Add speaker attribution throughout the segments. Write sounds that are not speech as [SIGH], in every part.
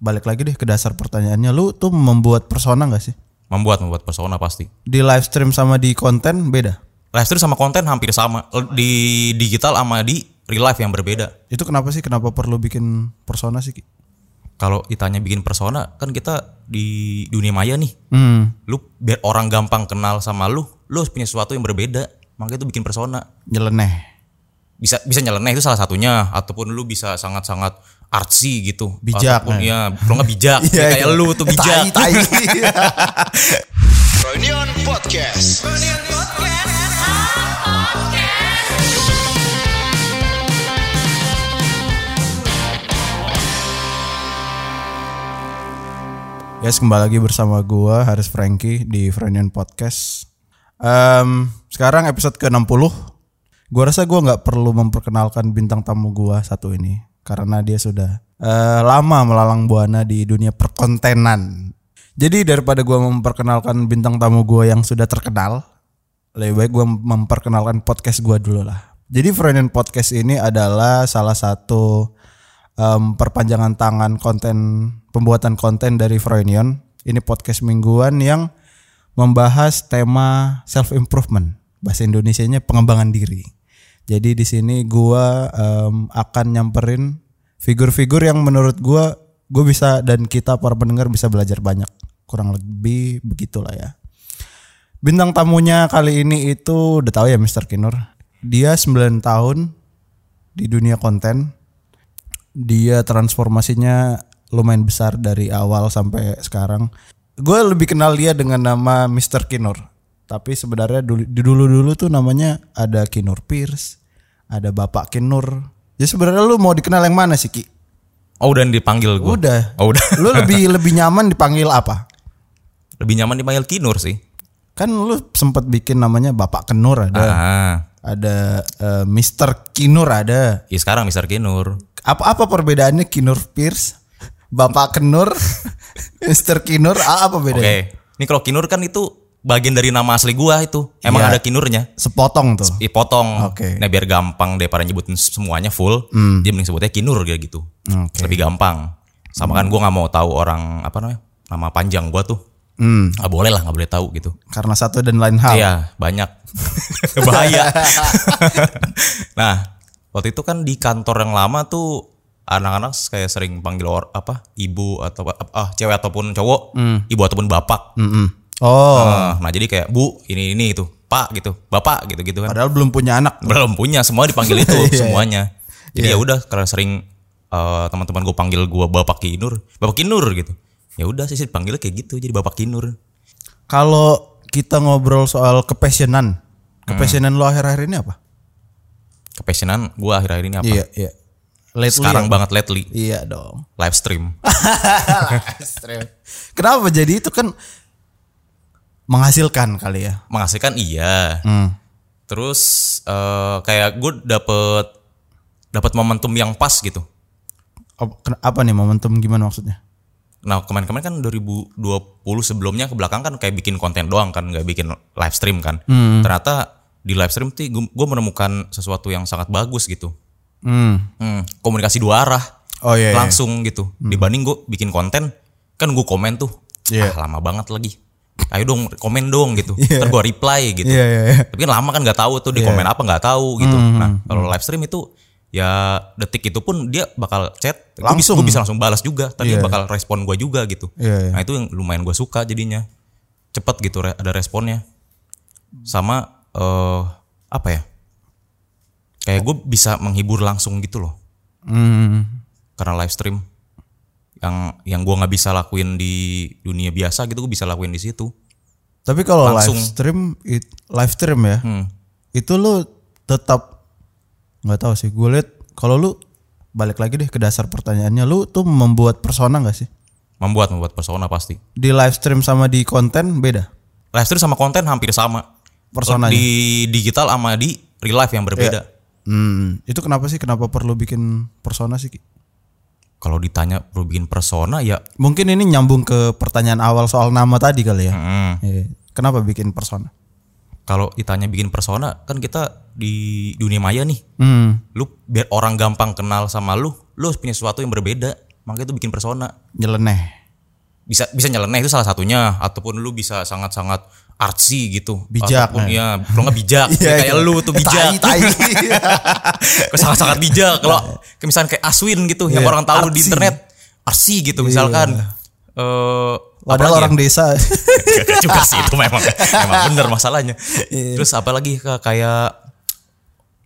Speaker 1: balik lagi deh ke dasar pertanyaannya lu tuh membuat persona gak sih
Speaker 2: membuat membuat persona pasti
Speaker 1: di live stream sama di konten beda
Speaker 2: live stream sama konten hampir sama di digital sama di real life yang berbeda
Speaker 1: itu kenapa sih kenapa perlu bikin persona sih Ki?
Speaker 2: kalau ditanya bikin persona kan kita di dunia maya nih
Speaker 1: hmm
Speaker 2: lu biar orang gampang kenal sama lu lu harus punya sesuatu yang berbeda makanya itu bikin persona
Speaker 1: nyeleneh
Speaker 2: bisa bisa nyeleneh itu salah satunya ataupun lu bisa sangat-sangat artsy gitu
Speaker 1: Bijak, nah.
Speaker 2: ataupun ya kalau nggak bijak
Speaker 1: [LAUGHS] Iya,
Speaker 2: Ya, kayak
Speaker 1: iya.
Speaker 2: lu tuh bijak
Speaker 1: Tai, tai. [LAUGHS]
Speaker 3: Reunion Podcast.
Speaker 1: Guys, kembali lagi bersama gua Haris Franky di Frenion Podcast. Em, sekarang episode ke-60. Gua rasa gua nggak perlu memperkenalkan bintang tamu gua satu ini karena dia sudah eh, lama melalang buana di dunia perkontenan. Jadi daripada gua memperkenalkan bintang tamu gua yang sudah terkenal, lebih baik gua memperkenalkan podcast gua dulu lah. Jadi Frenion Podcast ini adalah salah satu em, perpanjangan tangan konten pembuatan konten dari Froynion. Ini podcast mingguan yang membahas tema self improvement. Bahasa Indonesianya pengembangan diri. Jadi di sini gua em, akan nyamperin figur-figur yang menurut gua gue bisa dan kita para pendengar bisa belajar banyak. Kurang lebih begitulah ya. Bintang tamunya kali ini itu udah tahu ya Mr. Kinur. Dia 9 tahun di dunia konten dia transformasinya lumayan besar dari awal sampai sekarang. Gue lebih kenal dia dengan nama Mr. Kinur. Tapi sebenarnya dulu- di dulu-dulu tuh namanya ada Kinur Pierce, ada Bapak Kinur. Ya sebenarnya lu mau dikenal yang mana sih Ki?
Speaker 2: oh udah dipanggil gue
Speaker 1: Udah.
Speaker 2: oh udah [LAUGHS]
Speaker 1: Lu lebih lebih nyaman dipanggil apa?
Speaker 2: lebih nyaman dipanggil kinur sih
Speaker 1: Kan lu sempet bikin namanya Bapak Kinur ada,
Speaker 2: ah
Speaker 1: ada eh, Mr. Kinur ada.
Speaker 2: ya sekarang Mister Kinur
Speaker 1: Apa apa perbedaannya Kinur Pierce, Bapak [LAUGHS] Kinur, Mr. Kinur? A- Apa
Speaker 2: oke
Speaker 1: bedanya?
Speaker 2: ini kalau kinur kan itu bagian dari nama asli gua itu emang
Speaker 1: Iya.
Speaker 2: ada kinurnya
Speaker 1: sepotong tuh.
Speaker 2: dipotong
Speaker 1: Oke. Hmm.
Speaker 2: nah biar gampang daripada nyebutin semuanya full dia mending sebutnya kinur kayak gitu
Speaker 1: Oke.
Speaker 2: lebih gampang sama kan gua nggak mau tahu orang apa namanya nama panjang gua tuh
Speaker 1: Hmm,
Speaker 2: nggak boleh lah nggak boleh tahu gitu
Speaker 1: karena satu dan lain hal.
Speaker 2: Iya, banyak. [LAUGHS] Bahaya. [LAUGHS] nah, waktu itu kan di kantor yang lama tuh anak-anak kayak sering panggil or, apa ibu atau ah cewek ataupun cowok,
Speaker 1: Hmm.
Speaker 2: ibu ataupun bapak.
Speaker 1: Mm-mm. Oh,
Speaker 2: Ah, nah, jadi kayak Bu, ini ini itu, Pak gitu, Bapak gitu-gitu kan.
Speaker 1: padahal belum punya anak.
Speaker 2: Belum punya, semua dipanggil
Speaker 1: [LAUGHS] Iya,
Speaker 2: itu semuanya. Jadi ya udah karena sering eh, teman-teman gue panggil gua Bapak Kinur, Bapak Kinur gitu. Ya udah sih sih dipanggilnya kayak gitu, jadi Bapak Kinur.
Speaker 1: Kalau kita ngobrol soal kepassionan, kepassionan lo akhir-akhir ini apa?
Speaker 2: Kepassionan gua akhir-akhir ini apa?
Speaker 1: Iya, iya. Lately
Speaker 2: Sekarang
Speaker 1: ya?
Speaker 2: banget lately.
Speaker 1: Iya Ah. dong.
Speaker 2: live stream.
Speaker 1: Kenapa jadi itu kan menghasilkan kali ya?
Speaker 2: Menghasilkan iya.
Speaker 1: Hmm.
Speaker 2: Terus eh, kayak gue dapet dapat momentum yang pas gitu.
Speaker 1: Op- ken- Apa nih momentum gimana maksudnya?
Speaker 2: Nah kemarin-kemarin kan 2020 sebelumnya ke belakang kan kayak bikin konten doang kan nggak bikin live stream kan. Ternyata di live stream tuh gue menemukan sesuatu yang sangat bagus gitu.
Speaker 1: Hmm.
Speaker 2: Hmm, komunikasi dua arah
Speaker 1: Oh iya. iya.
Speaker 2: langsung gitu. Dibanding gue bikin konten kan gue komen tuh
Speaker 1: Iya.
Speaker 2: ah lama banget lagi. Ayo dong komen dong gitu. Ntar gue reply gitu.
Speaker 1: Iya, iya, iya.
Speaker 2: Tapi kan lama kan nggak tahu tuh di komen apa nggak tahu gitu.
Speaker 1: Hmm,
Speaker 2: Nah kalau live stream itu ya detik itu pun dia bakal chat Gua bisa-
Speaker 1: Langsung.
Speaker 2: gua bisa langsung balas juga. Tapi
Speaker 1: Iya.
Speaker 2: bakal respon gue juga gitu.
Speaker 1: Iya, iya.
Speaker 2: Nah itu yang lumayan gue suka jadinya cepet gitu re- ada responnya. Sama eh apa ya? Kayak gue bisa menghibur langsung gitu loh
Speaker 1: Hmm.
Speaker 2: karena live stream yang yang gue nggak bisa lakuin di dunia biasa gitu gue bisa lakuin di situ.
Speaker 1: Tapi kalau live
Speaker 2: Langsung.
Speaker 1: stream, it- live stream ya,
Speaker 2: Hmm.
Speaker 1: itu lu tetap nggak tahu sih gue liat kalau lu balik lagi deh ke dasar pertanyaannya lu tuh membuat persona nggak sih
Speaker 2: Membuat membuat persona pasti.
Speaker 1: di live stream sama di konten beda
Speaker 2: live stream sama konten hampir sama
Speaker 1: Personanya.
Speaker 2: di digital sama di real life yang berbeda
Speaker 1: hmm. itu kenapa sih kenapa perlu bikin persona sih Ki?
Speaker 2: kalau ditanya perlu bikin persona ya
Speaker 1: mungkin ini nyambung ke pertanyaan awal soal nama tadi kali ya
Speaker 2: mm.
Speaker 1: Iya. kenapa bikin persona
Speaker 2: kalau ditanya bikin persona kan kita di dunia maya nih
Speaker 1: hmm.
Speaker 2: lu biar orang gampang kenal sama lu lu harus punya sesuatu yang berbeda makanya itu bikin persona
Speaker 1: Nyeleneh.
Speaker 2: bisa bisa nyeleneh itu salah satunya ataupun lu bisa sangat-sangat artsy gitu
Speaker 1: Bijak, eh.
Speaker 2: ataupun ya kalau nggak bijak
Speaker 1: [LAUGHS] Iya,
Speaker 2: kayak
Speaker 1: iya.
Speaker 2: lu tuh bijak [LAUGHS]
Speaker 1: Tai, tai.
Speaker 2: Kayak sangat-sangat bijak
Speaker 1: [LAUGHS]
Speaker 2: kalau kayak misalkan kayak Aswin gitu yang
Speaker 1: Iya,
Speaker 2: orang tahu di
Speaker 1: artsy.
Speaker 2: internet arsi gitu misalkan eh
Speaker 1: Padahal
Speaker 2: [LAUGHS]
Speaker 1: orang desa.
Speaker 2: Gak juga sih itu memang
Speaker 1: [LAUGHS]
Speaker 2: memang bener masalahnya
Speaker 1: Iya.
Speaker 2: terus apalagi ke- kayak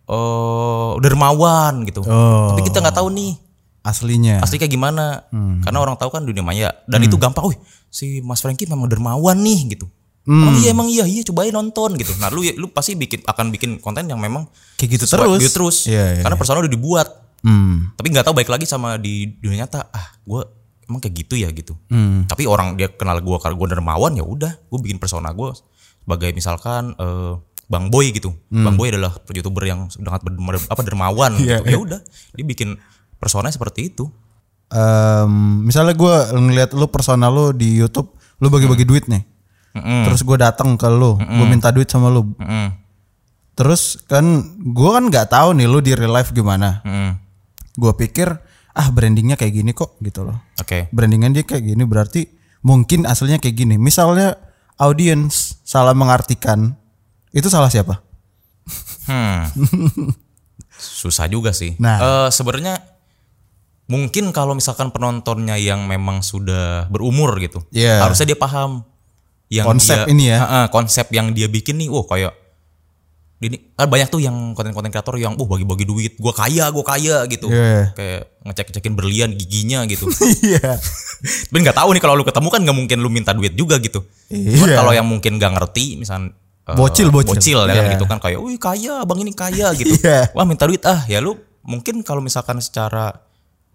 Speaker 2: eh dermawan gitu
Speaker 1: Oh.
Speaker 2: tapi kita nggak tahu nih
Speaker 1: Aslinya.
Speaker 2: asli kayak gimana
Speaker 1: Hmm.
Speaker 2: karena orang tahu kan dunia maya dan itu gampang wih si Mas Franky memang dermawan nih gitu
Speaker 1: Hmm.
Speaker 2: Oh iya emang iya iya cobain nonton gitu. Nah lu lu pasti bikin akan bikin konten yang memang
Speaker 1: Kayak gitu
Speaker 2: sesuai-
Speaker 1: terus.
Speaker 2: gitu terus.
Speaker 1: Iya, iya,
Speaker 2: Karena persona udah dibuat.
Speaker 1: Hmm.
Speaker 2: Tapi nggak tahu baik lagi sama di dunia nyata. Ah gue emang kayak gitu ya gitu. Tapi orang dia kenal gue karena gue dermawan ya udah. Gue bikin persona gue sebagai misalkan eh, Bang Boy gitu. Bang Boy adalah youtuber yang sangat berderma- apa dermawan. gitu. Ya udah dia bikin persona seperti itu.
Speaker 1: Em, misalnya gue ngeliat lu personal lu di YouTube, lu bagi-bagi
Speaker 2: Hmm.
Speaker 1: duit nih. Terus gue datang ke lu, gue minta duit sama lu.
Speaker 2: Mm.
Speaker 1: Terus kan gue kan nggak tahu nih lu di real life gimana.
Speaker 2: Mm.
Speaker 1: Gue pikir ah brandingnya kayak gini kok gitu loh.
Speaker 2: Oke.
Speaker 1: Brandingan dia kayak gini berarti mungkin aslinya kayak gini. Misalnya audience salah mengartikan itu salah siapa? [LAUGHS]
Speaker 2: Hmm. Susah juga sih.
Speaker 1: Nah.
Speaker 2: Eh, sebenarnya mungkin kalau misalkan penontonnya yang memang sudah berumur gitu,
Speaker 1: Iya.
Speaker 2: harusnya dia paham yang
Speaker 1: Konsep
Speaker 2: dia-
Speaker 1: ini ya.
Speaker 2: Ha-ha, konsep yang dia bikin nih, wow kayak ini kan banyak tuh yang konten-konten kreator yang uh bagi-bagi duit, gua kaya, gua kaya gitu.
Speaker 1: Iya.
Speaker 2: Kayak ngecek-ngecekin berlian giginya gitu.
Speaker 1: [LAUGHS]
Speaker 2: [LAUGHS]
Speaker 1: Iya.
Speaker 2: Tapi nggak tahu nih kalau lu ketemu kan nggak mungkin lu minta duit juga gitu. Cuman
Speaker 1: Iya.
Speaker 2: kalau yang mungkin nggak ngerti misalnya eh,
Speaker 1: Bocil, bocil.
Speaker 2: ya kan
Speaker 1: Iya.
Speaker 2: gitu kan kayak wih kaya abang ini kaya gitu.
Speaker 1: [LAUGHS] Iya.
Speaker 2: Wah minta duit ah ya lu mungkin kalau misalkan secara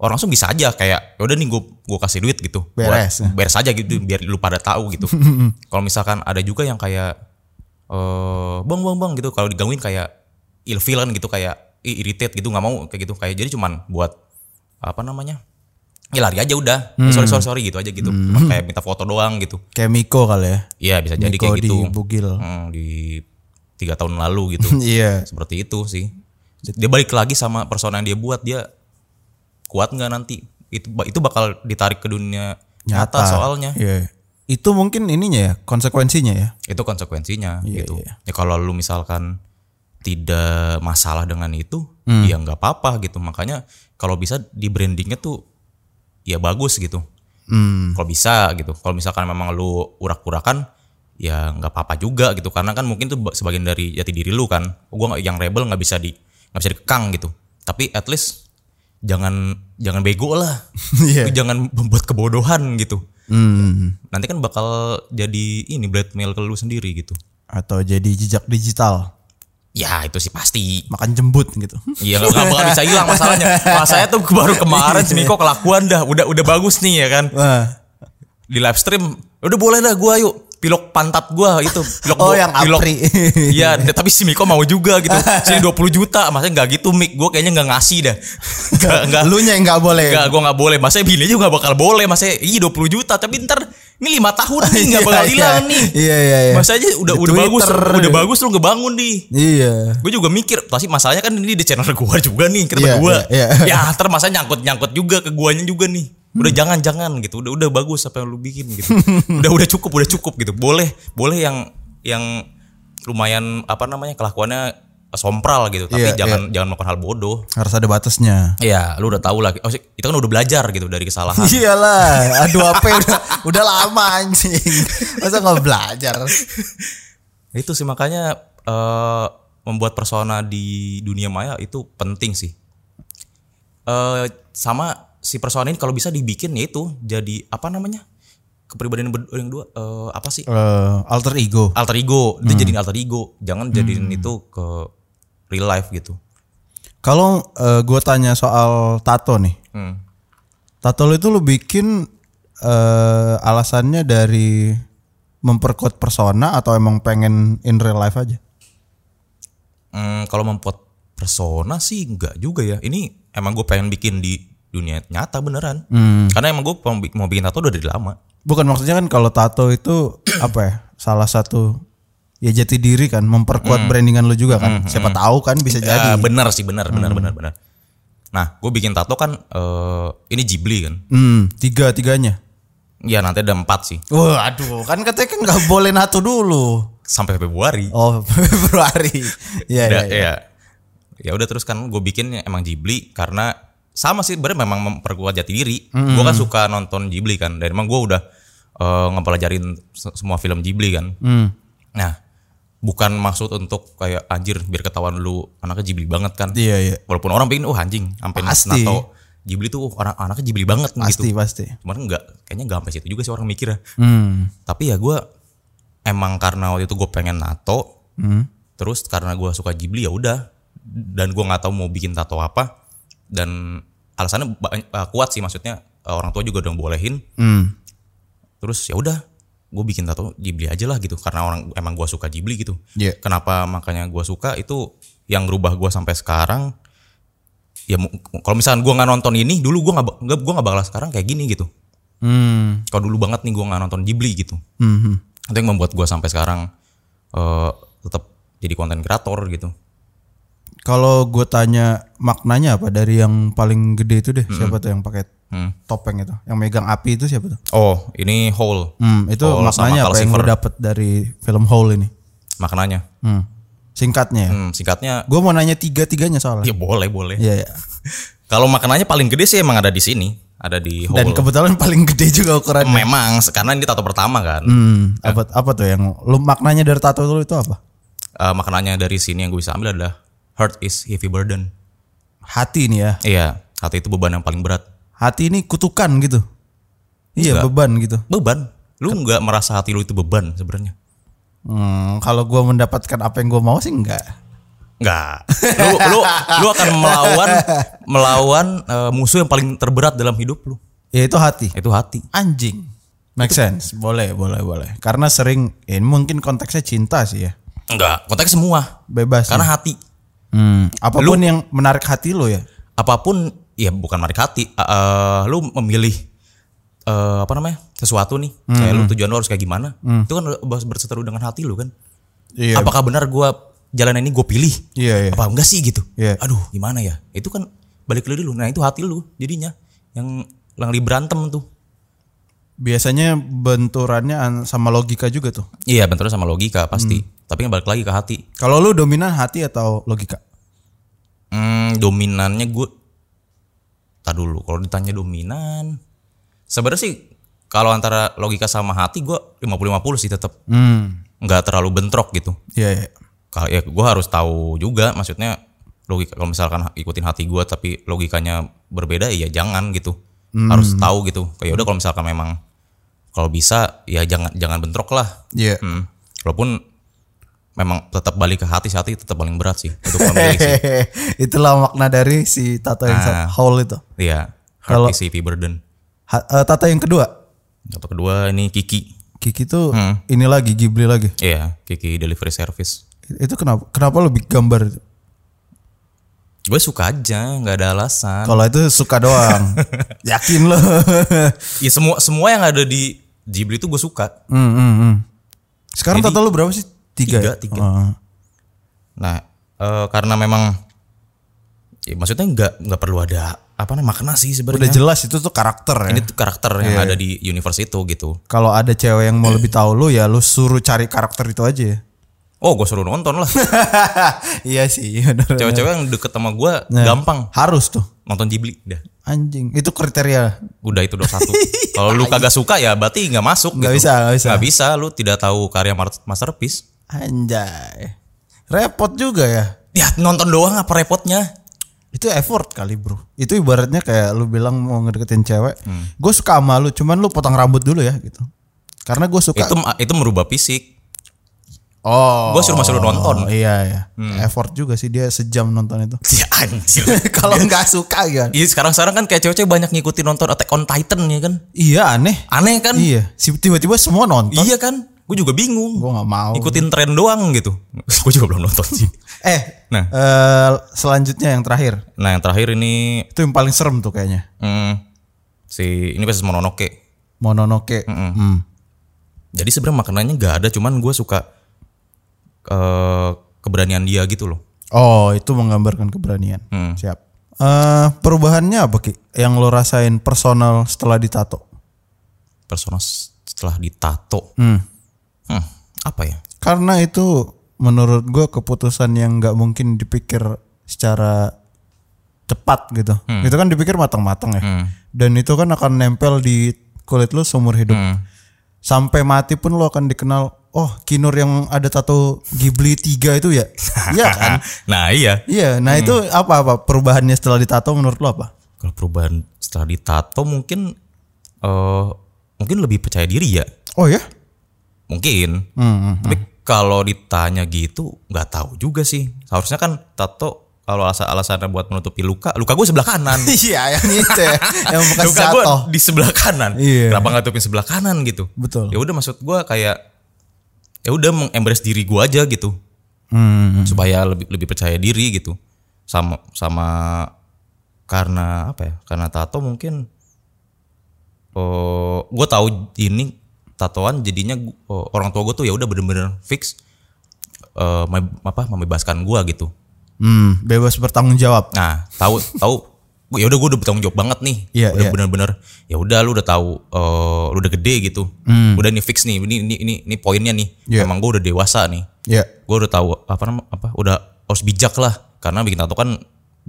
Speaker 2: orang langsung bisa aja kayak "Ya udah nih gua gua kasih duit gitu. Buat-
Speaker 1: Beres.
Speaker 2: beres aja gitu biar lu pada tahu
Speaker 1: [LAUGHS]
Speaker 2: gitu. kalau misalkan ada juga yang kayak eh bang bang bang gitu kalau digangguin kayak ilfil kan gitu kayak "Ih, irritate gitu nggak mau kayak gitu kayak jadi cuman buat apa namanya ya lari aja udah
Speaker 1: Hmm.
Speaker 2: "Eh, sorry sorry sorry gitu aja gitu Cuman kayak minta foto doang gitu
Speaker 1: Kayak Miko kali ya.
Speaker 2: Iya bisa jadi
Speaker 1: Miko
Speaker 2: kayak gitu.
Speaker 1: di Bugil.
Speaker 2: Hmm, di tiga tahun lalu
Speaker 1: [LAUGHS]
Speaker 2: gitu.
Speaker 1: Iya.
Speaker 2: Seperti itu sih. Dia balik lagi sama persona yang dia buat dia kuat nggak nanti itu ba- itu bakal ditarik ke dunia nyata, soalnya
Speaker 1: Iya. Itu mungkin ininya ya, konsekuensinya ya.
Speaker 2: itu konsekuensinya
Speaker 1: Iya,
Speaker 2: gitu.
Speaker 1: iya.
Speaker 2: Ya kalau lu misalkan tidak masalah dengan itu
Speaker 1: Hmm.
Speaker 2: ya nggak apa-apa gitu. Makanya kalau bisa di brandingnya tuh ya bagus gitu.
Speaker 1: Hmm.
Speaker 2: kalau bisa gitu kalau misalkan memang lu urak-urakan ya nggak apa-apa juga gitu karena kan mungkin itu ba- sebagian dari jati diri lu kan gua nggak- yang rebel nggak bisa di nggak bisa dikekang gitu tapi at least jangan jangan bego lah
Speaker 1: [LAUGHS] Iya.
Speaker 2: Lu jangan membuat kebodohan gitu
Speaker 1: Hmm.
Speaker 2: nanti kan bakal jadi ini blackmail ke lu sendiri gitu
Speaker 1: Atau jadi jejak digital,
Speaker 2: ya itu sih pasti
Speaker 1: makan jembut gitu.
Speaker 2: Iya nggak nggak bakal bisa hilang masalahnya masalahnya tuh baru kemarin si Miko kelakuan dah udah udah bagus nih ya kan
Speaker 1: Wah.
Speaker 2: di live stream udah boleh dah gua yuk pilok pantat gua itu pilok
Speaker 1: Oh,
Speaker 2: bo-
Speaker 1: yang apri.
Speaker 2: [LAUGHS] iya d- tapi si Miko mau juga gitu sini 20 juta maksudnya nggak gitu Mik gua kayaknya nggak ngasih dah [LAUGHS] nggak nggak
Speaker 1: Lu nya yang nggak boleh.
Speaker 2: nggak gua nggak boleh maksudnya bini juga nggak bakal boleh maksudnya iya 20 juta tapi ntar ini lima tahun nih nggak
Speaker 1: [LAUGHS] Iya,
Speaker 2: bakal
Speaker 1: iya.
Speaker 2: hilang nih
Speaker 1: Iya, iya, iya.
Speaker 2: Maksudnya aja udah
Speaker 1: Di
Speaker 2: udah bagus
Speaker 1: Twitter.
Speaker 2: udah bagus lu ngebangun nih
Speaker 1: [LAUGHS] Iya.
Speaker 2: gue juga mikir pasti masalahnya kan ini di channel gua juga nih kita
Speaker 1: Iya,
Speaker 2: berdua
Speaker 1: iya, iya.
Speaker 2: ya ntar masa nyangkut nyangkut juga ke guanya juga nih udah jangan jangan gitu udah udah bagus apa yang lu bikin
Speaker 1: [LAUGHS]
Speaker 2: gitu udah udah cukup udah cukup gitu boleh boleh yang yang lumayan apa namanya kelakuannya sompral gitu tapi
Speaker 1: Iya,
Speaker 2: jangan jangan melakukan hal bodoh
Speaker 1: Harus ada batasnya.
Speaker 2: ya lu udah tahu lah oh, sih, itu kan udah belajar gitu dari kesalahan
Speaker 1: Iyalah, aduh apa ya, [LAUGHS] udah udah lama anjing. Masa nggak belajar?
Speaker 2: itu sih makanya eh, membuat persona di dunia maya itu penting sih eh sama si persona ini kalau bisa dibikin ya itu jadi apa namanya kepribadian ber- yang dua eh, apa sih
Speaker 1: Eh, alter ego.
Speaker 2: alter ego itu jadiin alter ego jangan jadiin itu ke real life gitu
Speaker 1: Kalau eh, gua tanya soal tato nih.
Speaker 2: Hmm.
Speaker 1: Tato lu itu lu bikin eh, alasannya dari memperkuat persona atau emang pengen in real life aja?
Speaker 2: Hmm, kalau membuat persona sih enggak juga ya ini emang gue pengen bikin di dunia nyata beneran karena emang gue mau bikin tato udah dari lama
Speaker 1: Bukan maksudnya kan kalau tato [CLEARS THROAT] itu apa ya? Salah satu ya jati diri Hmm. kan, memperkuat brandingan lu juga kan. Siapa tahu kan bisa jadi.
Speaker 2: Ya, benar sih benar benar benar benar. Nah, gue bikin tato kan eh ini Ghibli kan.
Speaker 1: Hmm, tiga tiganya.
Speaker 2: Ya nanti ada empat sih.
Speaker 1: Wah, aduh, kan katanya kan nggak boleh nato dulu.
Speaker 2: Sampai Februari.
Speaker 1: Oh, [LAUGHS] Februari. Iya, iya.
Speaker 2: Udah,
Speaker 1: iya.
Speaker 2: ya. Ya udah terus kan gue bikin emang Ghibli karena sama sih sebenarnya memang memperkuat jati diri.
Speaker 1: Hmm.
Speaker 2: Gue kan suka nonton Ghibli kan dan emang gue udah eh, ngepelajarin se- semua film Ghibli kan.
Speaker 1: Hmm.
Speaker 2: Nah, bukan maksud untuk kayak anjir biar ketahuan lu anaknya Ghibli banget kan.
Speaker 1: Iya, iya.
Speaker 2: Walaupun orang pengen oh anjing sampai
Speaker 1: Pasti.
Speaker 2: nato Ghibli tuh "Oh, anak anaknya Ghibli banget gitu.
Speaker 1: Pasti, pasti.
Speaker 2: Cuman enggak kayaknya enggak sampai situ juga sih orang mikirnya.
Speaker 1: Hmm.
Speaker 2: Tapi ya gue emang karena waktu itu gue pengen nato,
Speaker 1: Hmm.
Speaker 2: terus karena gue suka Ghibli ya udah, dan gue nggak tahu mau bikin tato apa, dan alasannya ba- eh, kuat sih maksudnya eh, orang tua juga udah bolehin,
Speaker 1: Hmm.
Speaker 2: terus ya udah gue bikin tato Ghibli aja lah gitu karena orang emang gue suka Ghibli gitu.
Speaker 1: Iya.
Speaker 2: Kenapa makanya gue suka itu yang rubah gue sampai sekarang ya mu- kalau misalkan gue nggak nonton ini dulu gue nggak ba- nggak gue nggak bakal sekarang kayak gini gitu.
Speaker 1: Hmm.
Speaker 2: Kalau dulu banget nih gue nggak nonton Ghibli gitu.
Speaker 1: Hmm. hmm.
Speaker 2: itu yang membuat gue sampai sekarang eh, tetap jadi konten kreator gitu
Speaker 1: Kalau gue tanya maknanya apa dari yang paling gede itu deh, siapa tuh yang pakai
Speaker 2: Hmm.
Speaker 1: topeng itu, yang megang api itu siapa tuh?
Speaker 2: oh ini whole
Speaker 1: Hmm, itu
Speaker 2: Oh, sama
Speaker 1: maknanya apa yang lo
Speaker 2: Calcifer.
Speaker 1: dapet dari film Hole ini?
Speaker 2: maknanya
Speaker 1: Hmm. Singkatnya ya.
Speaker 2: Hmm, singkatnya
Speaker 1: Gue mau nanya tiga-tiganya soalnya.
Speaker 2: [LAUGHS] ya boleh boleh
Speaker 1: Iya, iya.
Speaker 2: kalau maknanya paling gede sih emang ada di sini ada di whole
Speaker 1: Dan kebetulan [LAUGHS] paling gede juga ukurannya.
Speaker 2: memang karena ini tato pertama kan
Speaker 1: Hmm, apa apa tuh yang lu maknanya dari tato lu itu apa?
Speaker 2: Eh, maknanya dari sini yang gue bisa ambil adalah heart is heavy burden
Speaker 1: Hati nih ya.
Speaker 2: iya hati itu beban yang paling berat
Speaker 1: Hati ini kutukan gitu. Iya, beban gitu.
Speaker 2: beban lu nggak merasa hati lu itu beban sebenarnya
Speaker 1: Hmm, kalau gua mendapatkan apa yang gua mau sih enggak.
Speaker 2: Enggak. Lu lu lu akan melawan melawan eh, musuh yang paling terberat dalam hidup lu.
Speaker 1: Ya itu hati.
Speaker 2: Itu hati.
Speaker 1: Anjing. Make sense. Boleh, boleh, boleh. Karena sering ya ini mungkin konteksnya cinta sih ya.
Speaker 2: Enggak, konteks semua.
Speaker 1: Bebas.
Speaker 2: Karena hati.
Speaker 1: Hmm, apapun yang menarik hati lo ya.
Speaker 2: Apapun ya bukan menarik hati. Eh, eh, lu memilih eh, apa namanya? sesuatu nih. Kayak
Speaker 1: Hmm.
Speaker 2: lu tujuan lu harus kayak gimana? Itu kan harus berseteru dengan hati lu kan.
Speaker 1: Iya.
Speaker 2: Apakah benar gua jalan ini gue pilih?
Speaker 1: Iya, iya.
Speaker 2: Apa enggak sih gitu?
Speaker 1: Iya.
Speaker 2: Aduh, gimana ya? Itu kan balik lagi dulu. Nah, itu hati lu jadinya yang yang li berantem tuh.
Speaker 1: Biasanya benturannya an- sama logika juga tuh.
Speaker 2: Iya, bentuknya sama logika pasti. Tapi balik lagi ke hati.
Speaker 1: Kalau lu dominan hati atau logika?
Speaker 2: Hmm, dominannya gue tak dulu kalau ditanya dominan sebenarnya sih kalau antara logika sama hati gue 50-50 sih tetap
Speaker 1: Hmm.
Speaker 2: nggak terlalu bentrok gitu
Speaker 1: Iya, iya.
Speaker 2: kalau ya gue harus tahu juga maksudnya logika kalau misalkan ha- ikutin hati gue tapi logikanya berbeda ya jangan gitu harus tahu gitu kayak udah kalau misalkan memang kalau bisa ya jangan jangan bentrok lah
Speaker 1: Iya.
Speaker 2: Hmm. walaupun memang tetap balik ke hati hati tetap paling berat sih untuk
Speaker 1: [LAUGHS]
Speaker 2: memilih sih
Speaker 1: [LAUGHS] Itulah makna dari si tato yang sa- Howl itu.
Speaker 2: Iya,
Speaker 1: Kalau-
Speaker 2: heart is heavy burden.
Speaker 1: Ha- eh, tato yang kedua,
Speaker 2: Atau kedua ini Kiki.
Speaker 1: Kiki tuh ini lagi Ghibli lagi.
Speaker 2: Iya, Kiki delivery service.
Speaker 1: Itu kenapa? Kenapa lu bikin gambar? itu?
Speaker 2: Gue suka aja, nggak ada alasan.
Speaker 1: Kalau itu suka [LAUGHS] doang. Yakin [LAUGHS] lo.
Speaker 2: Ya semua semua yang ada di Ghibli itu gue suka.
Speaker 1: Hmm, hmm, hmm. Sekarang tato lu berapa sih? Tiga.
Speaker 2: Tiga,
Speaker 1: ya?
Speaker 2: tiga.
Speaker 1: Oh.
Speaker 2: Nah, eh, karena memang ya maksudnya nggak nggak perlu ada apa namanya makna sih
Speaker 1: Udah
Speaker 2: sebenarnya.
Speaker 1: jelas itu tuh karakter ya.
Speaker 2: Ini tuh karakter yang ada di universe itu gitu.
Speaker 1: Kalau ada cewek yang [LAUGHS] mau lebih tahu lu ya lu suruh cari karakter itu aja. ya. [LAUGHS]
Speaker 2: Oh, gue suruh nonton lah.
Speaker 1: iya sih. iya bener.
Speaker 2: Cewek-cewek yang deket sama gue
Speaker 1: Nah.
Speaker 2: gampang
Speaker 1: Harus tuh.
Speaker 2: nonton Ghibli dah.
Speaker 1: Anjing. Itu kriteria.
Speaker 2: Udah itu dong
Speaker 1: [LAUGHS]
Speaker 2: satu. Kalau lu kagak suka ya berarti nggak masuk.
Speaker 1: Nggak bisa, nggak bisa.
Speaker 2: Nggak bisa, lu tidak tahu karya mar- masterpiece.
Speaker 1: Anjay. Repot juga ya.
Speaker 2: Ya nonton doang apa repotnya?
Speaker 1: Itu effort kali bro. Itu ibaratnya kayak lu bilang mau ngedeketin cewek. Gue suka sama lu, cuman lu potong rambut dulu ya gitu. Karena gue suka.
Speaker 2: Itu itu merubah fisik.
Speaker 1: [LAUGHS] oh.
Speaker 2: Gue suruh suruh nonton.
Speaker 1: Iya ya. Effort juga sih dia sejam nonton itu.
Speaker 2: Ya [LAUGHS] anjir.
Speaker 1: Kalau nggak suka ya.
Speaker 2: Iya sekarang sekarang kan kayak cewek-cewek banyak ngikutin nonton Attack on Titan ya kan.
Speaker 1: Iya aneh.
Speaker 2: Aneh kan?
Speaker 1: Iya. Si- Tiba-tiba semua nonton.
Speaker 2: Iya kan? Gue juga bingung.
Speaker 1: Gue nggak mau.
Speaker 2: Ikutin tren doang gitu. [LAUGHS] Gue juga belum nonton sih.
Speaker 1: Eh.
Speaker 2: Nah.
Speaker 1: eh, selanjutnya yang terakhir.
Speaker 2: Nah yang terakhir ini
Speaker 1: Itu yang paling serem tuh kayaknya.
Speaker 2: hmm, si ini versus Mononoke.
Speaker 1: Mononoke. Hmm.
Speaker 2: Jadi sebenarnya makanannya nggak ada, cuman gue suka eh, keberanian dia gitu loh.
Speaker 1: Oh itu menggambarkan keberanian. Siap. Eh, perubahannya apa Ki? Yang lo rasain personal setelah ditato?
Speaker 2: Personal setelah ditato. Hmm, apa ya?
Speaker 1: Karena itu menurut gue keputusan yang nggak mungkin dipikir secara cepat gitu. Itu kan dipikir matang-matang ya. Dan itu kan akan nempel di kulit lo seumur hidup. Sampai mati pun lo akan dikenal, oh Kinur yang ada tato Ghibli 3 itu ya? Iya kan?
Speaker 2: nah iya.
Speaker 1: Iya, nah itu apa-apa perubahannya setelah ditato menurut lo apa?
Speaker 2: Kalau perubahan setelah ditato mungkin eh mungkin lebih percaya diri ya.
Speaker 1: Oh ya?
Speaker 2: Mungkin.
Speaker 1: Hmm.
Speaker 2: Tapi kalau ditanya gitu nggak tahu juga sih. Seharusnya kan tato kalau alasan alasannya buat menutupi luka, luka gue sebelah kanan.
Speaker 1: Iya, yang itu ya. yang bekas
Speaker 2: luka gue
Speaker 1: tato.
Speaker 2: di sebelah kanan.
Speaker 1: Iya.
Speaker 2: Kenapa nggak tutupin sebelah kanan gitu?
Speaker 1: Betul.
Speaker 2: Ya udah maksud gue kayak ya udah mengembrace diri gue aja gitu
Speaker 1: Hmm.
Speaker 2: supaya lebih lebih percaya diri gitu sama sama karena apa ya karena tato mungkin oh gue tahu ini tatoan jadinya gu- oh, orang tua gue tuh ya udah bener-bener fix eh, me- apa membebaskan gue gitu
Speaker 1: Hmm, bebas bertanggung jawab.
Speaker 2: Nah, tahu tahu gua- ya udah gue udah bertanggung jawab banget nih.
Speaker 1: Iya,
Speaker 2: udah
Speaker 1: iya.
Speaker 2: bener-bener ya udah lu udah tahu eh, lu udah gede gitu. Udah nih fix nih. Ini ini ini, ini poinnya nih.
Speaker 1: Hmm. Iya.
Speaker 2: Emang gue udah dewasa nih.
Speaker 1: Ya.
Speaker 2: Gue udah tahu apa nama apa udah harus bijak lah karena bikin tato kan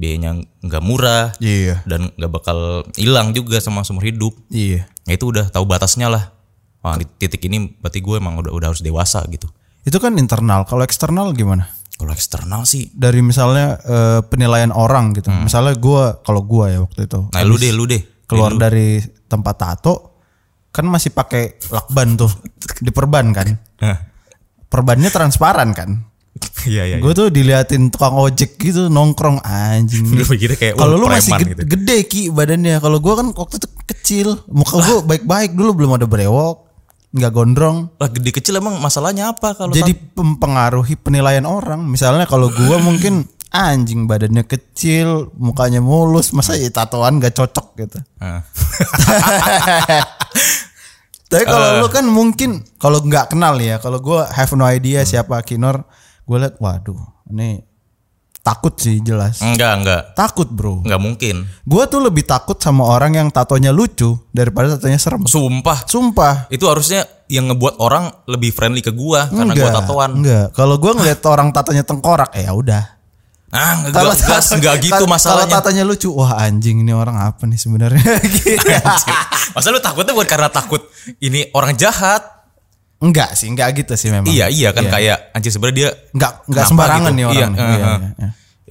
Speaker 2: biayanya nggak murah
Speaker 1: Iya.
Speaker 2: dan nggak bakal hilang juga sama seumur hidup.
Speaker 1: Iya.
Speaker 2: Ya itu udah tahu batasnya lah. Wah, di titik ini berarti gue emang udah udah harus dewasa gitu.
Speaker 1: Itu kan internal. Kalau eksternal gimana?
Speaker 2: Kalau eksternal sih,
Speaker 1: Dari misalnya eh, penilaian orang gitu. Misalnya gua kalau gua ya waktu itu
Speaker 2: nah lu deh, lu deh.
Speaker 1: keluar dari tempat tato kan masih pakai lakban tuh, diperban kan.
Speaker 2: Nah.
Speaker 1: Perbannya transparan kan.
Speaker 2: Iya iya.
Speaker 1: Gue tuh diliatin tukang ojek gitu nongkrong anjing. [LAUGHS]
Speaker 2: Lu pikirnya kayak,
Speaker 1: kalau lu
Speaker 2: wah,
Speaker 1: masih
Speaker 2: preman gitu.
Speaker 1: gede, gede, ki badannya. Kalau gua kan waktu itu kecil, muka gua baik-baik dulu belum ada brewok, nggak gondrong.
Speaker 2: Lah gede kecil emang masalahnya apa kalau
Speaker 1: Jadi mempengaruhi penilaian orang. Misalnya kalau gua mungkin anjing badannya kecil, mukanya mulus, masa ya tatoan gak cocok gitu. [LAUGHS]
Speaker 2: Ah.
Speaker 1: Tapi kalau lu kan mungkin kalau nggak kenal ya, kalau gua have no idea siapa Kinor, gua liat waduh, ini takut sih jelas.
Speaker 2: Eh, Enggak, enggak.
Speaker 1: Takut, Bro.
Speaker 2: Enggak mungkin.
Speaker 1: Gua tuh lebih takut sama orang yang tatonya lucu daripada tatonya serem.
Speaker 2: Sumpah.
Speaker 1: Sumpah.
Speaker 2: Itu harusnya yang ngebuat orang lebih friendly ke gua karena gua
Speaker 1: Enggak,
Speaker 2: tatoan.
Speaker 1: Enggak. Kalau gua ngeliat orang tatonya tengkorak, ya udah.
Speaker 2: Ah, enggak, enggak, enggak,
Speaker 1: tato-
Speaker 2: enggak gitu
Speaker 1: kalau-
Speaker 2: masalahnya.
Speaker 1: Kalau tatanya lucu, wah anjing ini orang apa nih sebenarnya? [LAUGHS] Gitu.
Speaker 2: [LAUGHS] Anjir. Masa lu takutnya bukan karena takut ini orang jahat?
Speaker 1: enggak sih, enggak gitu sih memang.
Speaker 2: Iya, iya kan kayak anjir sebenarnya dia
Speaker 1: Enggak enggak
Speaker 2: Kenapa
Speaker 1: sembarangan
Speaker 2: gitu?
Speaker 1: nih orang.
Speaker 2: Iya,
Speaker 1: nih.
Speaker 2: eh,
Speaker 1: Iya,
Speaker 2: eh.
Speaker 1: iya, iya.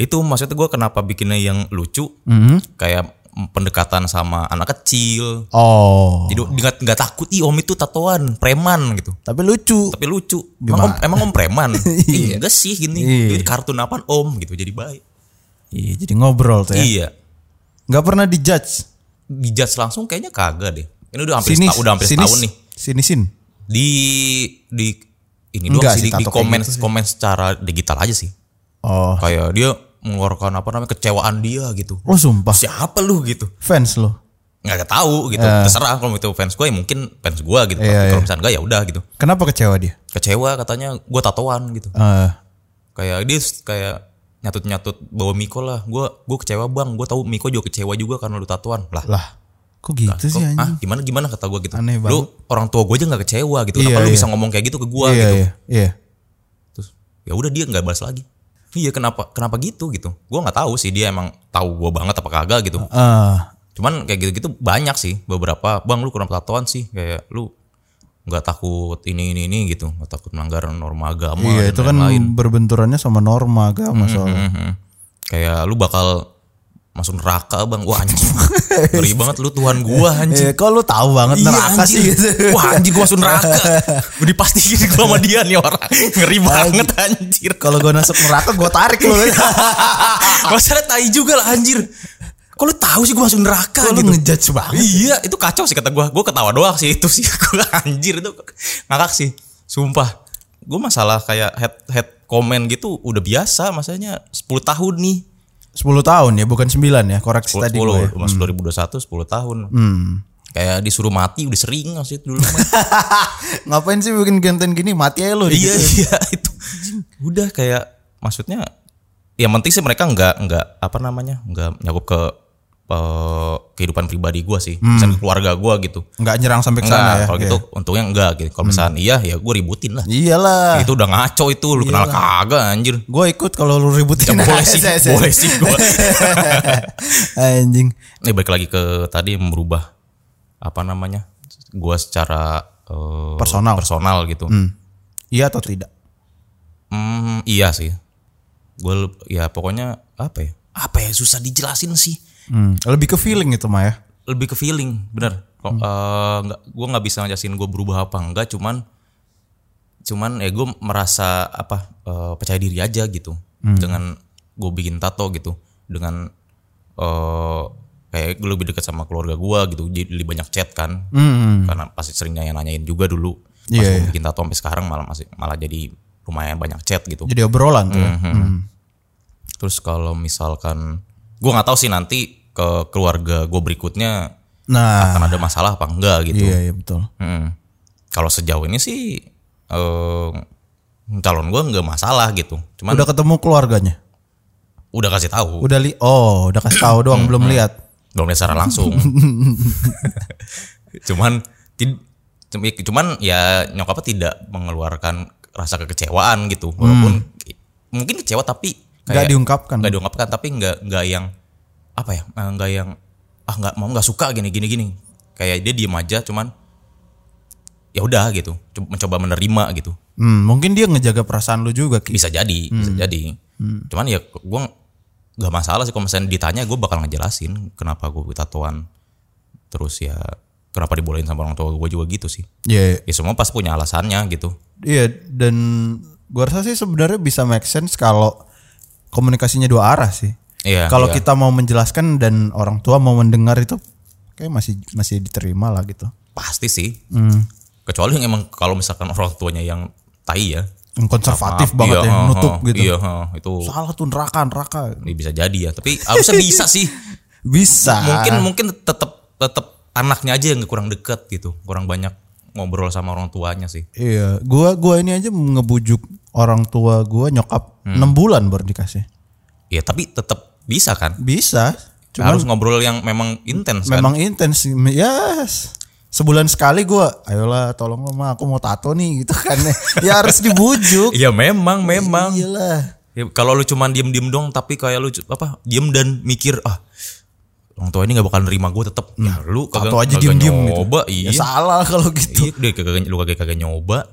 Speaker 2: itu maksudnya gua kenapa bikinnya yang lucu?
Speaker 1: Mhm.
Speaker 2: Kayak pendekatan sama anak kecil.
Speaker 1: Oh.
Speaker 2: Jadi nggak nggak takut ih om itu tatoan preman gitu.
Speaker 1: Tapi lucu.
Speaker 2: tapi lucu. Emang om, emang om
Speaker 1: [LAUGHS]
Speaker 2: preman? iya. Enggak sih gini.
Speaker 1: Iya.
Speaker 2: Ini kartun apaan om gitu jadi baik.
Speaker 1: Iya, jadi ngobrol tuh ya.
Speaker 2: Iya.
Speaker 1: Enggak pernah dijudge.
Speaker 2: Dijudge langsung kayaknya kagak deh. Ini udah hampir
Speaker 1: Sinis.
Speaker 2: setahun, udah hampir
Speaker 1: sinis,
Speaker 2: setahun nih.
Speaker 1: Sinisin.
Speaker 2: Di di ini
Speaker 1: Enggak
Speaker 2: doang
Speaker 1: sih,
Speaker 2: sih, di, di
Speaker 1: tato kayak
Speaker 2: komen
Speaker 1: gitu sih.
Speaker 2: komen secara digital aja sih.
Speaker 1: Oh.
Speaker 2: Kayak dia mengeluarkan apa namanya kecewaan dia gitu.
Speaker 1: Lo sumpah
Speaker 2: Siapa lu gitu?
Speaker 1: fans lo.
Speaker 2: Nggak tahu gitu. Terserah kalau itu fans gue ya mungkin fans gue gitu.
Speaker 1: Iya,
Speaker 2: Tapi
Speaker 1: iya.
Speaker 2: kalau misalnya enggak ya udah gitu.
Speaker 1: Kenapa kecewa dia?
Speaker 2: Kecewa katanya gue tatoan gitu.
Speaker 1: Eh,
Speaker 2: kayak dia s- kayak nyatut-nyatut bawa Miko lah gue gue kecewa bang gue tahu Miko juga kecewa juga karena lu tatuan lah
Speaker 1: lah. Kok gitu
Speaker 2: kok-
Speaker 1: sih anjing?
Speaker 2: ah gimana gimana kata gue gitu
Speaker 1: Aneh banget.
Speaker 2: lu orang tua gue aja nggak kecewa gitu
Speaker 1: Iya,
Speaker 2: kenapa lu
Speaker 1: iya.
Speaker 2: bisa ngomong kayak gitu ke gue
Speaker 1: iya,
Speaker 2: gitu
Speaker 1: iya, iya.
Speaker 2: terus ya udah dia nggak balas lagi iya kenapa kenapa gitu gitu gue nggak tahu sih dia emang tahu gue banget apa kagak gitu
Speaker 1: Eh,
Speaker 2: cuman kayak gitu gitu banyak sih beberapa bang lu kurang tatoan sih kayak lu nggak takut ini ini ini gitu nggak takut melanggar norma agama
Speaker 1: iya,
Speaker 2: dan
Speaker 1: itu kan
Speaker 2: lain-lain.
Speaker 1: berbenturannya sama norma agama soalnya.
Speaker 2: Mhm. Kayak lu bakal masuk neraka bang Wah anjing [LAUGHS] Ngeri banget lu Tuhan gua anjing Iya,
Speaker 1: Eh, kok lu tahu banget neraka sih [LAUGHS]
Speaker 2: anjing.
Speaker 1: gitu.
Speaker 2: Wah anjing gua masuk neraka Udah dipastiin gua sama dia nih orang Ngeri banget anjir
Speaker 1: Kalau gue masuk neraka gue tarik lu.
Speaker 2: [LAUGHS] Iya, Masalah tai juga lah anjir Kok lu tahu sih gua masuk neraka
Speaker 1: Kok lu
Speaker 2: gitu
Speaker 1: ngejudge banget.
Speaker 2: Iya itu kacau sih kata gua Gua ketawa doang sih itu sih [LAUGHS] Gua anjir itu ngakak sih Sumpah Gua masalah kayak head head komen gitu udah biasa Masalahnya 10 tahun nih
Speaker 1: 10 tahun ya, bukan 9 ya. Hmm. Koreksi
Speaker 2: 10,
Speaker 1: tadi
Speaker 2: 10,
Speaker 1: gue.
Speaker 2: masuk 2021 10 tahun. Kayak disuruh mati udah sering sih itu
Speaker 1: [LAUGHS]
Speaker 2: dulu. mah.
Speaker 1: Ngapain sih
Speaker 2: [LAUGHS]
Speaker 1: bikin genten gini? Mati aja lu.
Speaker 2: iya
Speaker 1: gitu.
Speaker 2: iya itu. Udah kayak maksudnya yang penting sih mereka nggak nggak apa namanya nggak nyakup ke eh, kehidupan pribadi gua sih misalnya keluarga gua gitu
Speaker 1: nggak nyerang sampai Hmm. ke
Speaker 2: Nah,
Speaker 1: sana ya. Hmm.
Speaker 2: kalau gitu untungnya enggak gitu kalau misalnya iya ya gue ributin lah
Speaker 1: Iyalah.
Speaker 2: itu udah ngaco itu lu kenal kagak anjir
Speaker 1: Gue ikut kalau lu ributin.
Speaker 2: boleh sih
Speaker 1: Iya. [LAUGHS] Saya- saya-
Speaker 2: boleh sih
Speaker 1: [LAUGHS]
Speaker 2: gue
Speaker 1: Anjing.
Speaker 2: ini balik lagi ke tadi yang merubah apa namanya gue secara eh,
Speaker 1: Personal.
Speaker 2: personal gitu
Speaker 1: Iya atau tidak?
Speaker 2: Hmm, iya sih gue ya pokoknya apa ya apa ya susah dijelasin sih
Speaker 1: Hmm, Lebih ke feeling itu mah ya.
Speaker 2: lebih ke feeling bener kok
Speaker 1: Hmm.
Speaker 2: eh, nggak gue nggak bisa ngejelasin gue berubah apa enggak cuman cuman ya gue merasa apa eh, percaya diri aja gitu
Speaker 1: Hmm.
Speaker 2: dengan gue bikin tato gitu dengan eh kayak gue lebih dekat sama keluarga gue gitu jadi lebih banyak chat kan
Speaker 1: Hmm.
Speaker 2: karena pasti sering nanya nanyain juga dulu pas
Speaker 1: Iya,
Speaker 2: gue bikin tato sampai sekarang malah masih malah jadi lumayan banyak chat gitu
Speaker 1: Jadi obrolan tuh. ya.
Speaker 2: Mm-hmm.
Speaker 1: Hmm.
Speaker 2: terus kalau misalkan gue nggak tahu sih nanti ke keluarga gue berikutnya
Speaker 1: Nah,
Speaker 2: akan ada masalah apa enggak gitu
Speaker 1: iya, iya betul.
Speaker 2: Mm. Kalau sejauh ini sih eh, calon gue nggak masalah gitu. Cuman udah,
Speaker 1: Udah ketemu keluarganya.
Speaker 2: kasih tahu,
Speaker 1: Udah li Oh, udah kasih tahu doang belum
Speaker 2: Hmm.
Speaker 1: lihat.
Speaker 2: belum lihat secara
Speaker 1: [LAUGHS]
Speaker 2: langsung. cuman tid- cum- cuman ya nyokapnya tidak mengeluarkan rasa kekecewaan gitu. Walaupun ki- mungkin kecewa tapi
Speaker 1: Hmm. Nggak
Speaker 2: kayak
Speaker 1: diungkapkan.
Speaker 2: nggak diungkapkan tapi nggak nggak yang apa ya eh, nggak yang ah nggak mau nggak suka gini gini gini kayak dia diem aja cuman ya udah gitu Cum- mencoba menerima gitu
Speaker 1: Hmm, mungkin dia ngejaga perasaan lu juga, Ki.
Speaker 2: bisa jadi bisa
Speaker 1: Hmm.
Speaker 2: jadi cuman ya gue nggak masalah sih kalau misalnya ditanya gue bakal ngejelasin kenapa gue tatoan terus ya kenapa dibolehin sama orang tua gue juga gitu sih
Speaker 1: Iya.
Speaker 2: ya semua pas punya alasannya gitu
Speaker 1: Iya, dan gua rasa sih sebenarnya bisa make sense kalau komunikasinya dua arah sih.
Speaker 2: Iya,
Speaker 1: kalau
Speaker 2: iya.
Speaker 1: kita mau menjelaskan dan orang tua mau mendengar itu kayak masih masih diterima lah gitu.
Speaker 2: pasti sih
Speaker 1: Hmm.
Speaker 2: kecuali yang emang kalau misalkan orang tuanya yang tai ya
Speaker 1: Yang konservatif
Speaker 2: Maaf,
Speaker 1: banget
Speaker 2: iya,
Speaker 1: ya,
Speaker 2: heeh,
Speaker 1: nutup
Speaker 2: heeh,
Speaker 1: gitu.
Speaker 2: iya heeh, itu
Speaker 1: Salah tuh neraka, neraka.
Speaker 2: ini bisa jadi ya tapi harusnya bisa
Speaker 1: [LAUGHS]
Speaker 2: sih
Speaker 1: Bisa.
Speaker 2: mungkin mungkin tetap tetap anaknya aja yang kurang deket gitu kurang banyak ngobrol sama orang tuanya sih
Speaker 1: Iya, gua gua ini aja ngebujuk orang tua gua nyokap enam bulan baru dikasih.
Speaker 2: ya tapi tetap bisa kan
Speaker 1: Bisa, cuma
Speaker 2: harus ngobrol yang memang intens kan?
Speaker 1: memang intens ya sebulan sekali gua ayolah tolong lo, Ma, aku mau tato nih gitu kan ya harus dibujuk
Speaker 2: Iya memang memang.
Speaker 1: Iya. iyalah
Speaker 2: Ya, kalau lu cuman diem-diem dong tapi kayak lu cu- apa diem dan mikir ah orang tua ini gak bakal nerima gue tetep ya lu kagak
Speaker 1: tato Hmm. aja
Speaker 2: kagak
Speaker 1: diem-diem gitu
Speaker 2: nyoba iya,
Speaker 1: ya salah kalau gitu
Speaker 2: iya dia kagak, lu kagak kagak nyoba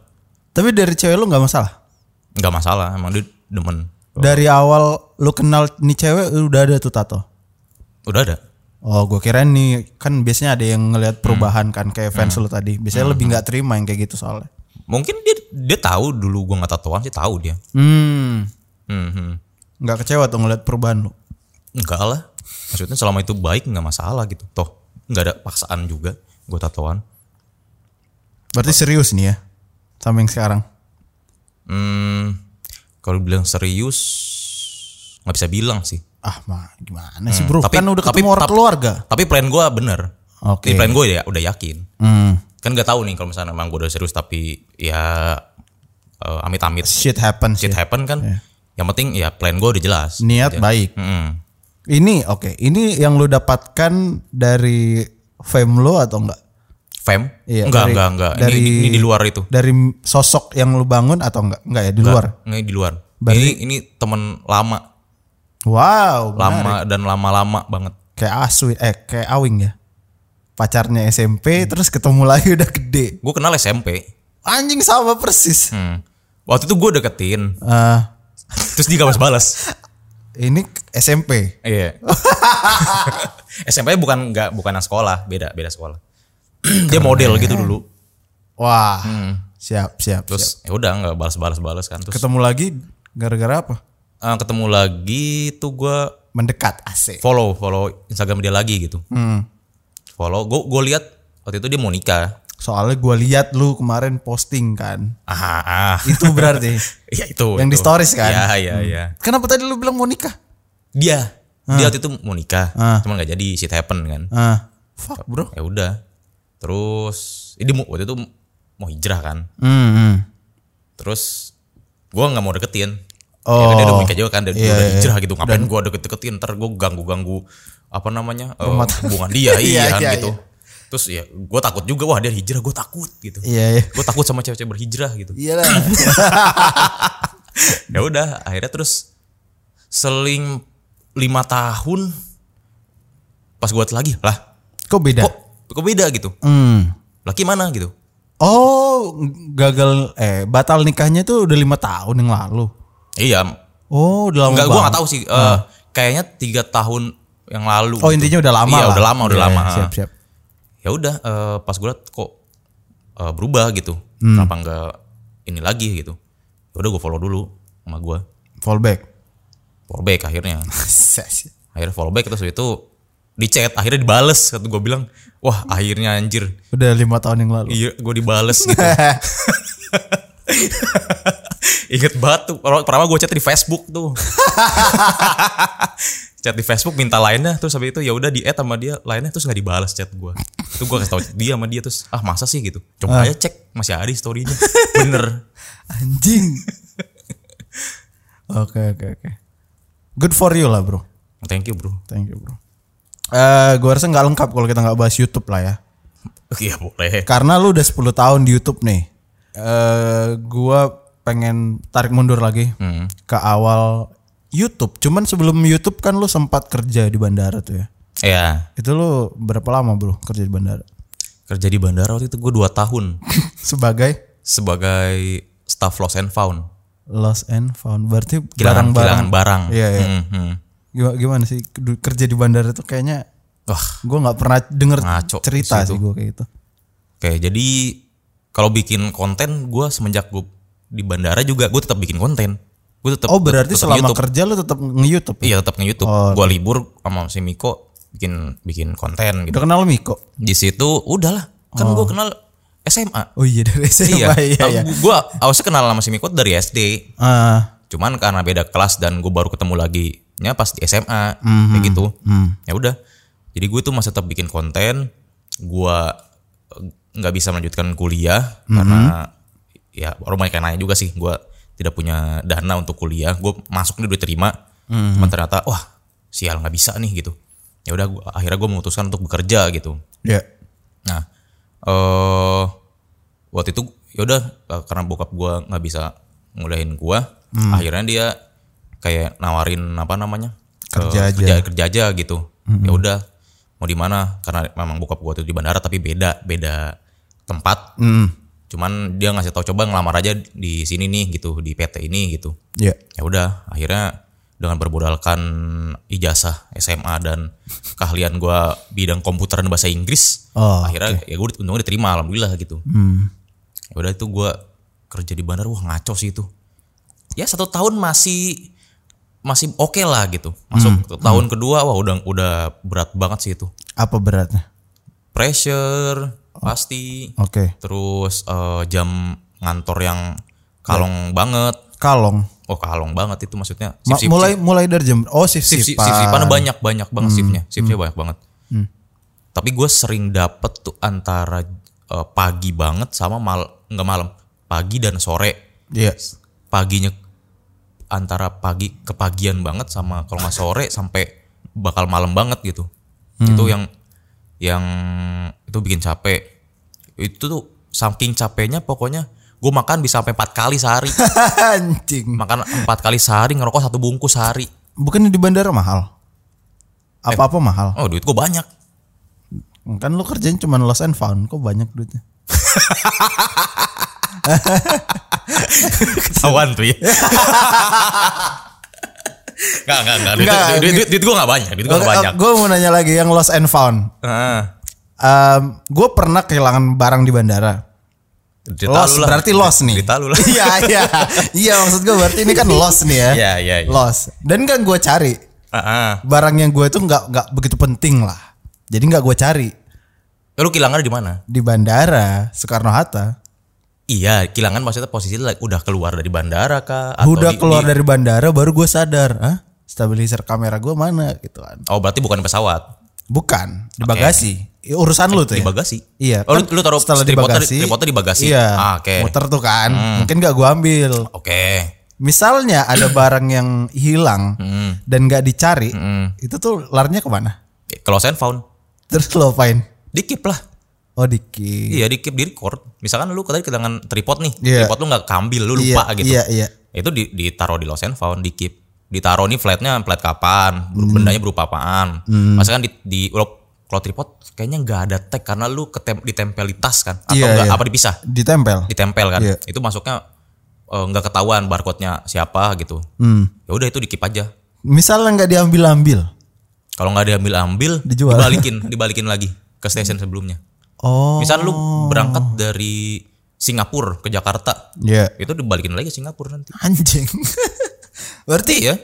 Speaker 1: tapi dari cewek lu nggak masalah
Speaker 2: nggak masalah emang dia demen
Speaker 1: dari awal lu kenal nih cewek udah ada tuh tato
Speaker 2: udah ada
Speaker 1: oh gua kira nih kan biasanya ada yang ngelihat perubahan kan kayak fans lu tadi biasanya lebih nggak terima yang kayak gitu soalnya
Speaker 2: mungkin dia dia tahu dulu gua nggak tatoan sih tahu dia
Speaker 1: hmm
Speaker 2: hmm, hmm.
Speaker 1: nggak kecewa tuh ngelihat perubahan lu
Speaker 2: enggak lah maksudnya selama itu baik nggak masalah gitu toh nggak ada paksaan juga gue tatoan
Speaker 1: berarti serius nih ya sama yang sekarang
Speaker 2: Hmm, kalau bilang serius nggak bisa bilang sih.
Speaker 1: ah mah gimana sih bro
Speaker 2: Hmm, tapi-
Speaker 1: kan udah
Speaker 2: tapi-
Speaker 1: ketemu orang
Speaker 2: tapi-
Speaker 1: keluarga
Speaker 2: Tapi plan gue bener.
Speaker 1: Oke.
Speaker 2: Ini plan gue ya udah yakin.
Speaker 1: Hmm.
Speaker 2: Kan nggak tahu nih kalau misalnya emang gue udah serius tapi ya eh, amit-amit
Speaker 1: Shit happens.
Speaker 2: shit
Speaker 1: ya.
Speaker 2: iya. happen kan. Yang penting ya plan gue udah jelas. Gitu. Hmm.
Speaker 1: Niat baik.
Speaker 2: Mm-mm.
Speaker 1: Ini oke. Ini yang lu dapatkan dari fame lo atau enggak?
Speaker 2: Fam?
Speaker 1: Iya,
Speaker 2: enggak,
Speaker 1: dari-
Speaker 2: enggak, enggak. Ini-
Speaker 1: dari-
Speaker 2: ini, ini di luar itu.
Speaker 1: Dari sosok yang lu bangun atau enggak? Enggak ya di luar.
Speaker 2: Ini di luar.
Speaker 1: Berarti-
Speaker 2: ini ini temen lama,
Speaker 1: Wow. benar.
Speaker 2: lama dan lama-lama banget.
Speaker 1: Kayak Aswi eh kayak Awing ya. Pacarnya SMP
Speaker 2: Hmm.
Speaker 1: terus ketemu lagi [LAUGHS] udah gede.
Speaker 2: Gue kenal SMP.
Speaker 1: Anjing sama persis.
Speaker 2: Hmm. Waktu itu gue deketin,
Speaker 1: Eh,
Speaker 2: terus dia gak balas-balas.
Speaker 1: ini SMP.
Speaker 2: [LAUGHS] Iya. SMP -nya bukan nggak bukan yang sekolah, beda beda sekolah. [CLEARS THROAT] dia model gitu dulu.
Speaker 1: Wah. Siap, siap, siap.
Speaker 2: Terus ya udah nggak balas-balas balas kan. Terus
Speaker 1: Ketemu lagi gara-gara apa?
Speaker 2: eh, ketemu lagi tuh gua
Speaker 1: Mendekat AC.
Speaker 2: follow follow Instagram dia lagi gitu.
Speaker 1: Hmm.
Speaker 2: Follow. Gue gue lihat waktu itu dia mau nikah.
Speaker 1: Soalnya gue lihat lu kemarin posting kan.
Speaker 2: Ah, ah.
Speaker 1: [LAUGHS] Itu berarti.
Speaker 2: [LAUGHS] ya itu.
Speaker 1: Yang
Speaker 2: itu.
Speaker 1: di stories kan?
Speaker 2: Iya iya iya.
Speaker 1: Kenapa tadi lu bilang mau nikah?
Speaker 2: Dia
Speaker 1: Hmm.
Speaker 2: dia waktu itu mau nikah,
Speaker 1: Ah.
Speaker 2: cuman nggak jadi shit happen kan.
Speaker 1: Ah, fuck bro.
Speaker 2: Ya udah. Terus ini mau waktu itu mau hijrah kan.
Speaker 1: Hmm.
Speaker 2: Terus gua nggak mau deketin. Ya kan, dia udah
Speaker 1: Oh.
Speaker 2: menikah juga kan dan dia
Speaker 1: Iya,
Speaker 2: udah
Speaker 1: iya.
Speaker 2: hijrah gitu. Ngapain gua deket-deketin ntar gua ganggu-ganggu apa namanya? eh, hubungan dia
Speaker 1: [LAUGHS] Iya,
Speaker 2: iya kan
Speaker 1: iya,
Speaker 2: gitu. Terus ya gua takut juga wah dia hijrah gua takut gitu.
Speaker 1: Iya, iya.
Speaker 2: Gua takut sama cewek-cewek berhijrah gitu.
Speaker 1: Iyalah.
Speaker 2: ya udah akhirnya terus seling lima tahun pas gua lagi lah
Speaker 1: [CLEARS THROAT] Kok beda?
Speaker 2: kok kok beda gitu
Speaker 1: Hmm.
Speaker 2: laki mana gitu
Speaker 1: Oh, gagal eh batal nikahnya tuh udah lima tahun yang lalu.
Speaker 2: iya
Speaker 1: Oh, udah lama
Speaker 2: nggak gua
Speaker 1: banget.
Speaker 2: nggak tahu sih eh, kayaknya tiga tahun yang lalu
Speaker 1: Nah. Oh,
Speaker 2: gitu.
Speaker 1: intinya udah lama
Speaker 2: iya
Speaker 1: lah.
Speaker 2: udah lama udah
Speaker 1: Iya,
Speaker 2: lama
Speaker 1: Siap, siap.
Speaker 2: ya udah eh, pas gua liat kok eh, berubah gitu
Speaker 1: Hmm.
Speaker 2: kenapa nggak ini lagi gitu ya udah gua follow dulu sama gua
Speaker 1: [LAUGHS] Fallback.
Speaker 2: follow back akhirnya akhirnya follow back terus itu di chat akhirnya dibales kata gua bilang wah akhirnya anjir
Speaker 1: udah lima tahun yang lalu.
Speaker 2: Iya, gue dibales gitu.
Speaker 1: Iya. [LAUGHS]
Speaker 2: [LAUGHS] Ingat banget tuh. Kalau pertama gue chat di Facebook tuh. [LAUGHS] chat di Facebook minta lainnya terus habis itu ya udah di add sama dia lainnya terus nggak dibales chat gue. Itu gue kasih tau dia sama dia terus ah masa sih gitu. Coba aja cek masih ada di story-nya. [LAUGHS] Bener.
Speaker 1: Anjing. [LAUGHS] Oke, oke, oke. Good for you lah, Bro.
Speaker 2: Oh, Thank you bro. [LAUGHS]
Speaker 1: Thank you, Bro. Eh, gua rasa nggak lengkap kalau kita nggak bahas YouTube lah ya.
Speaker 2: Iya boleh.
Speaker 1: Karena lu udah 10 tahun di YouTube nih. Eh, gua pengen tarik mundur lagi ke awal YouTube. Cuman sebelum YouTube kan lu sempat kerja di bandara tuh ya.
Speaker 2: Ya
Speaker 1: Itu lu berapa lama, Bro, kerja di bandara? [LAUGHS]
Speaker 2: kerja di bandara waktu itu gue 2 tahun
Speaker 1: Sebagai
Speaker 2: sebagai staff lost and found.
Speaker 1: lost and found. Berarti barang-barang.
Speaker 2: Kehilangan kehilangan barang.
Speaker 1: Iya, iya.
Speaker 2: Hmm, hmm.
Speaker 1: Gimana, gimana sih du- kerja di bandara tuh kayaknya
Speaker 2: Wah
Speaker 1: gue nggak pernah denger
Speaker 2: Ngaco
Speaker 1: cerita sih gue kayak gitu.
Speaker 2: Oke, jadi kalau bikin konten gue semenjak gue di bandara juga gue tetap bikin konten. Gue tetap
Speaker 1: Oh berarti
Speaker 2: tetap
Speaker 1: selama
Speaker 2: YouTube.
Speaker 1: kerja lu tetap nge-YouTube? ya?
Speaker 2: Iya, tetap nge-YouTube. Gue libur sama si Miko bikin bikin konten gitu.
Speaker 1: Udah kenal Miko?
Speaker 2: Di situ udahlah. Kan gue kenal SMA.
Speaker 1: Oh iya dari SMA
Speaker 2: Iya.
Speaker 1: Oh. [LAUGHS] iya iya.
Speaker 2: Gue awalnya kenal sama si Miko dari SD.
Speaker 1: Ah,
Speaker 2: Cuman karena beda kelas dan gue baru ketemu lagi nya pas di SMA kayak gitu. Ya udah. Jadi gue tuh masih tetap bikin konten. Gue nggak bisa melanjutkan kuliah karena ya baru banyak yang nanya juga sih. Gue tidak punya dana untuk kuliah. Gue masuk nih udah terima. Cuman ternyata wah sial nggak bisa nih gitu. Ya udah gua- akhirnya gue memutuskan untuk bekerja gitu.
Speaker 1: iya.
Speaker 2: Nah, eh waktu itu yaudah eh, karena bokap gua nggak bisa nguliahin gua,
Speaker 1: Hmm.
Speaker 2: akhirnya dia kayak nawarin apa namanya
Speaker 1: Kerja aja.
Speaker 2: eh,
Speaker 1: Hmm.
Speaker 2: kerja, kerja aja gitu. Ya udah mau di mana? Karena memang bokap gua tuh di bandara tapi beda beda tempat.
Speaker 1: Hmm,
Speaker 2: Cuman dia ngasih tau coba ngelamar aja di sini nih gitu di PT ini gitu.
Speaker 1: iya.
Speaker 2: Ya udah akhirnya dengan berbodalkan ijazah SMA dan keahlian gua bidang komputer dan bahasa Inggris,
Speaker 1: Oh, Hmm.
Speaker 2: akhirnya ya gue untungnya diterima alhamdulillah gitu ya udah itu gue kerja di bandar wah ngaco sih itu ya satu tahun masih masih oke lah gitu masuk
Speaker 1: Hmm,
Speaker 2: ke tahun kedua wah udah udah berat banget sih itu
Speaker 1: apa beratnya?
Speaker 2: pressure pasti
Speaker 1: Oke.
Speaker 2: terus eh, jam ngantor yang kalong banget
Speaker 1: Kalong.
Speaker 2: oh kalong banget itu maksudnya
Speaker 1: Iya. Ma-
Speaker 2: sip-sip
Speaker 1: mulai mulai dari jam Oh, sip
Speaker 2: sip sip
Speaker 1: sip.
Speaker 2: sip sipannya banyak banyak banget sipnya sipnya banyak banget tapi gue sering dapet tuh antara eh, pagi banget sama mal nggak malam pagi dan sore
Speaker 1: Iya. [LAUGHS]
Speaker 2: paginya antara pagi kepagian banget sama kalau nggak sore sampai bakal malam banget gitu itu yang yang itu bikin capek itu tuh saking capeknya pokoknya gue makan bisa sampai empat kali sehari
Speaker 1: Anjing.
Speaker 2: makan empat kali sehari ngerokok satu bungkus sehari
Speaker 1: Bukannya di bandara mahal? Apa-apa mahal.
Speaker 2: oh duit gue banyak
Speaker 1: Kan lu kerjanya cuma lost and found, kok banyak duitnya?
Speaker 2: ketahuan tuh ya. Enggak, enggak, enggak. Duit,
Speaker 1: Nggak, oh,
Speaker 2: duit, duit, duit, gue gak banyak. Duit gue gak banyak.
Speaker 1: gue mau nanya lagi yang lost and found.
Speaker 2: Heeh.
Speaker 1: gue pernah kehilangan barang di bandara.
Speaker 2: Cerita
Speaker 1: loss
Speaker 2: lu lah.
Speaker 1: berarti loss nih.
Speaker 2: Cerita lu lah.
Speaker 1: Iya iya iya maksud gue berarti ini kan loss nih ya.
Speaker 2: Iya, iya, Ah, iya.
Speaker 1: Loss. Dan kan gue cari
Speaker 2: Heeh.
Speaker 1: barang yang gue tuh nggak nggak begitu penting lah. Jadi nggak gue cari
Speaker 2: Lu kilangan di mana?
Speaker 1: di bandara Soekarno Hatta.
Speaker 2: Iya, kilangan maksudnya posisi like, udah keluar dari bandara kah?
Speaker 1: Udah
Speaker 2: di-
Speaker 1: keluar
Speaker 2: di-
Speaker 1: dari bandara baru gue sadar, ah stabilizer kamera gue mana gitu kan?
Speaker 2: Oh, berarti bukan di pesawat.
Speaker 1: Bukan di bagasi. Ya, Urusan lu tuh
Speaker 2: Di
Speaker 1: ya.
Speaker 2: bagasi.
Speaker 1: Iya.
Speaker 2: Oh, lu, lu taruh
Speaker 1: setelah di
Speaker 2: tripodnya
Speaker 1: bagasi.
Speaker 2: Ah, tripodnya di bagasi.
Speaker 1: Iya.
Speaker 2: Ah, oke.
Speaker 1: Muter tuh kan. Mungkin gak gue ambil.
Speaker 2: Oke.
Speaker 1: misalnya ada barang yang hilang
Speaker 2: Hmm.
Speaker 1: dan nggak dicari, itu tuh larinya kemana?
Speaker 2: Kalau saya found,
Speaker 1: Terus lo apain?
Speaker 2: di keep lah.
Speaker 1: Oh dikit.
Speaker 2: Iya di keep di record. Misalkan lu tadi kehilangan tripod nih,
Speaker 1: Iya.
Speaker 2: tripod lu nggak keambil, lu
Speaker 1: Iya,
Speaker 2: lupa gitu.
Speaker 1: Iya iya.
Speaker 2: Itu di, ditaruh di lost and found, di keep. Ditaruh nih flatnya flat kapan,
Speaker 1: Hmm.
Speaker 2: bendanya berupa apaan. Misalkan di, di kalau kalau tripod kayaknya nggak ada tag karena lu ketem, ditempel di tas kan atau
Speaker 1: Iya,
Speaker 2: nggak
Speaker 1: iya.
Speaker 2: apa dipisah.
Speaker 1: Ditempel.
Speaker 2: ditempel kan
Speaker 1: Iya.
Speaker 2: itu masuknya eh, nggak ketahuan barcode-nya siapa gitu ya udah itu dikip aja
Speaker 1: Misalnya Hmm. nggak diambil-ambil.
Speaker 2: kalau nggak diambil ambil
Speaker 1: Dijual.
Speaker 2: dibalikin [LAUGHS] dibalikin lagi ke stasiun sebelumnya
Speaker 1: Oh.
Speaker 2: misal lu berangkat dari Singapura ke Jakarta
Speaker 1: Iya.
Speaker 2: itu dibalikin lagi ke Singapura nanti
Speaker 1: Anjing. [LAUGHS]
Speaker 2: berarti ya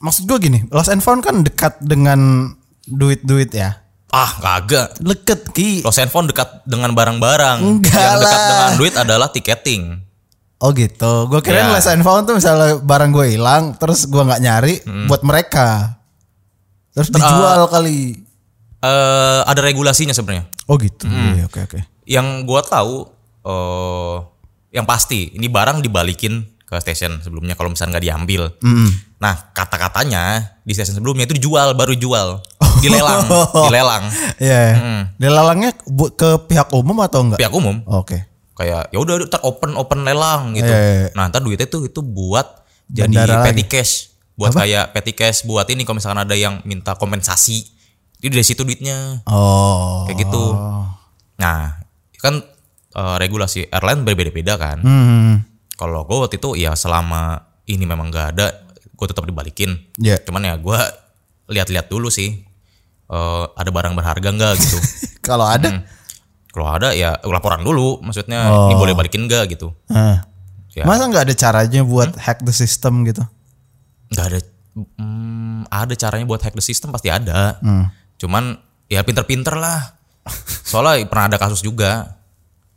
Speaker 1: Maksud gue gini, lost and found kan dekat dengan duit-duit ya.
Speaker 2: ah kagak
Speaker 1: Leket ki.
Speaker 2: Los handphone dekat dengan barang-barang
Speaker 1: Enggak
Speaker 2: yang dekat
Speaker 1: lah.
Speaker 2: dengan duit adalah tiketing
Speaker 1: Oh gitu. Gue kira
Speaker 2: Iya.
Speaker 1: lost and found tuh misalnya barang gue hilang, terus gue nggak nyari
Speaker 2: Hmm.
Speaker 1: buat mereka. Terus
Speaker 2: uh.
Speaker 1: dijual kali.
Speaker 2: Eh ada regulasinya sebenarnya
Speaker 1: Oh gitu.
Speaker 2: Hmm.
Speaker 1: Iya, Oke oke.
Speaker 2: yang gua tahu eh yang pasti ini barang dibalikin ke stasiun sebelumnya kalau misalnya nggak diambil nah kata-katanya di stasiun sebelumnya itu dijual baru
Speaker 1: [LAUGHS]
Speaker 2: jual
Speaker 1: Oh.
Speaker 2: dilelang dilelang
Speaker 1: [LAUGHS] Iya. iya. Dilalangnya bu- ke pihak umum atau enggak?
Speaker 2: Hmm. pihak umum
Speaker 1: Oke.
Speaker 2: kayak ya udah ntar open open lelang gitu
Speaker 1: Iya, iya, iya.
Speaker 2: nah ntar duitnya itu itu buat jadi
Speaker 1: Bandara
Speaker 2: petty cash buat kayak petty cash buat ini kalau misalkan ada yang minta kompensasi itu dari situ duitnya
Speaker 1: Oh.
Speaker 2: kayak gitu nah kan eh, regulasi airline berbeda-beda kan
Speaker 1: Hmm.
Speaker 2: kalau gue waktu itu ya selama ini memang gak ada gue tetap dibalikin
Speaker 1: Ya.
Speaker 2: cuman ya gue lihat-lihat dulu sih Eh, ada barang berharga nggak
Speaker 1: [LAUGHS]
Speaker 2: gitu Hmm.
Speaker 1: Kalau ada.
Speaker 2: kalau ada ya laporan dulu maksudnya
Speaker 1: Oh.
Speaker 2: ini boleh balikin nggak gitu
Speaker 1: Hah. Hmm.
Speaker 2: Ya. Hmm?
Speaker 1: Masa nggak ada caranya buat hack the system gitu?
Speaker 2: nggak ada hmm, ada caranya buat hack the system pasti ada
Speaker 1: Hmm.
Speaker 2: cuman ya pinter-pinter lah soalnya pernah ada kasus juga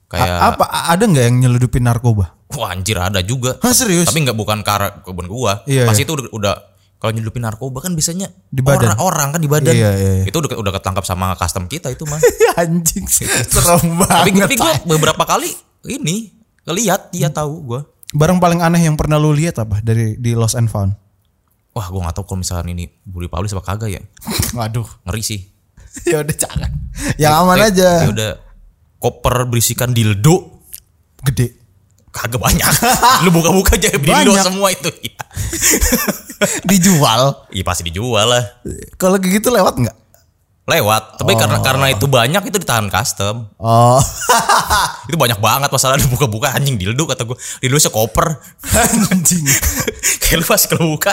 Speaker 2: kayak
Speaker 1: Apa ada nggak yang nyeludupin narkoba?
Speaker 2: wah anjir ada juga
Speaker 1: ah. Hah serius?
Speaker 2: tapi nggak bukan ke arah kebun gua
Speaker 1: Iya,
Speaker 2: pasti itu udah, udah- kalau nyelupin narkoba kan biasanya
Speaker 1: Di badan.
Speaker 2: orang orang kan di badan
Speaker 1: Iya, iya, iya.
Speaker 2: itu udah udah ketangkap sama custom kita itu mah
Speaker 1: [LAUGHS] Ya, Anjing sih. Serem
Speaker 2: tapi,
Speaker 1: banget.
Speaker 2: tapi gua beberapa kali ini lihat dia
Speaker 1: Hmm.
Speaker 2: tahu gua
Speaker 1: Barang paling aneh yang pernah lu lihat apa dari di Lost and Found?
Speaker 2: wah gua nggak tahu kalau misalnya ini buri publish apa kagak ya
Speaker 1: Waduh. [LAUGHS]
Speaker 2: ngeri sih
Speaker 1: ya udah jangan. Yang aman aja.
Speaker 2: ya udah koper berisikan dildo
Speaker 1: Gede.
Speaker 2: kagak banyak [LAUGHS] lu buka-buka aja dildo
Speaker 1: Banyak.
Speaker 2: semua itu iya
Speaker 1: [LAUGHS] Dijual.
Speaker 2: Iya, pasti dijual lah
Speaker 1: Kalau gitu lewat nggak?
Speaker 2: lewat tapi karena karena itu banyak itu ditahan custom
Speaker 1: Oh. [LAUGHS]
Speaker 2: itu banyak banget masalah lu buka-buka anjing dildo kata gue dildo sekoper
Speaker 1: [LAUGHS] Anjing.
Speaker 2: [LAUGHS] kayak lu pas kalau buka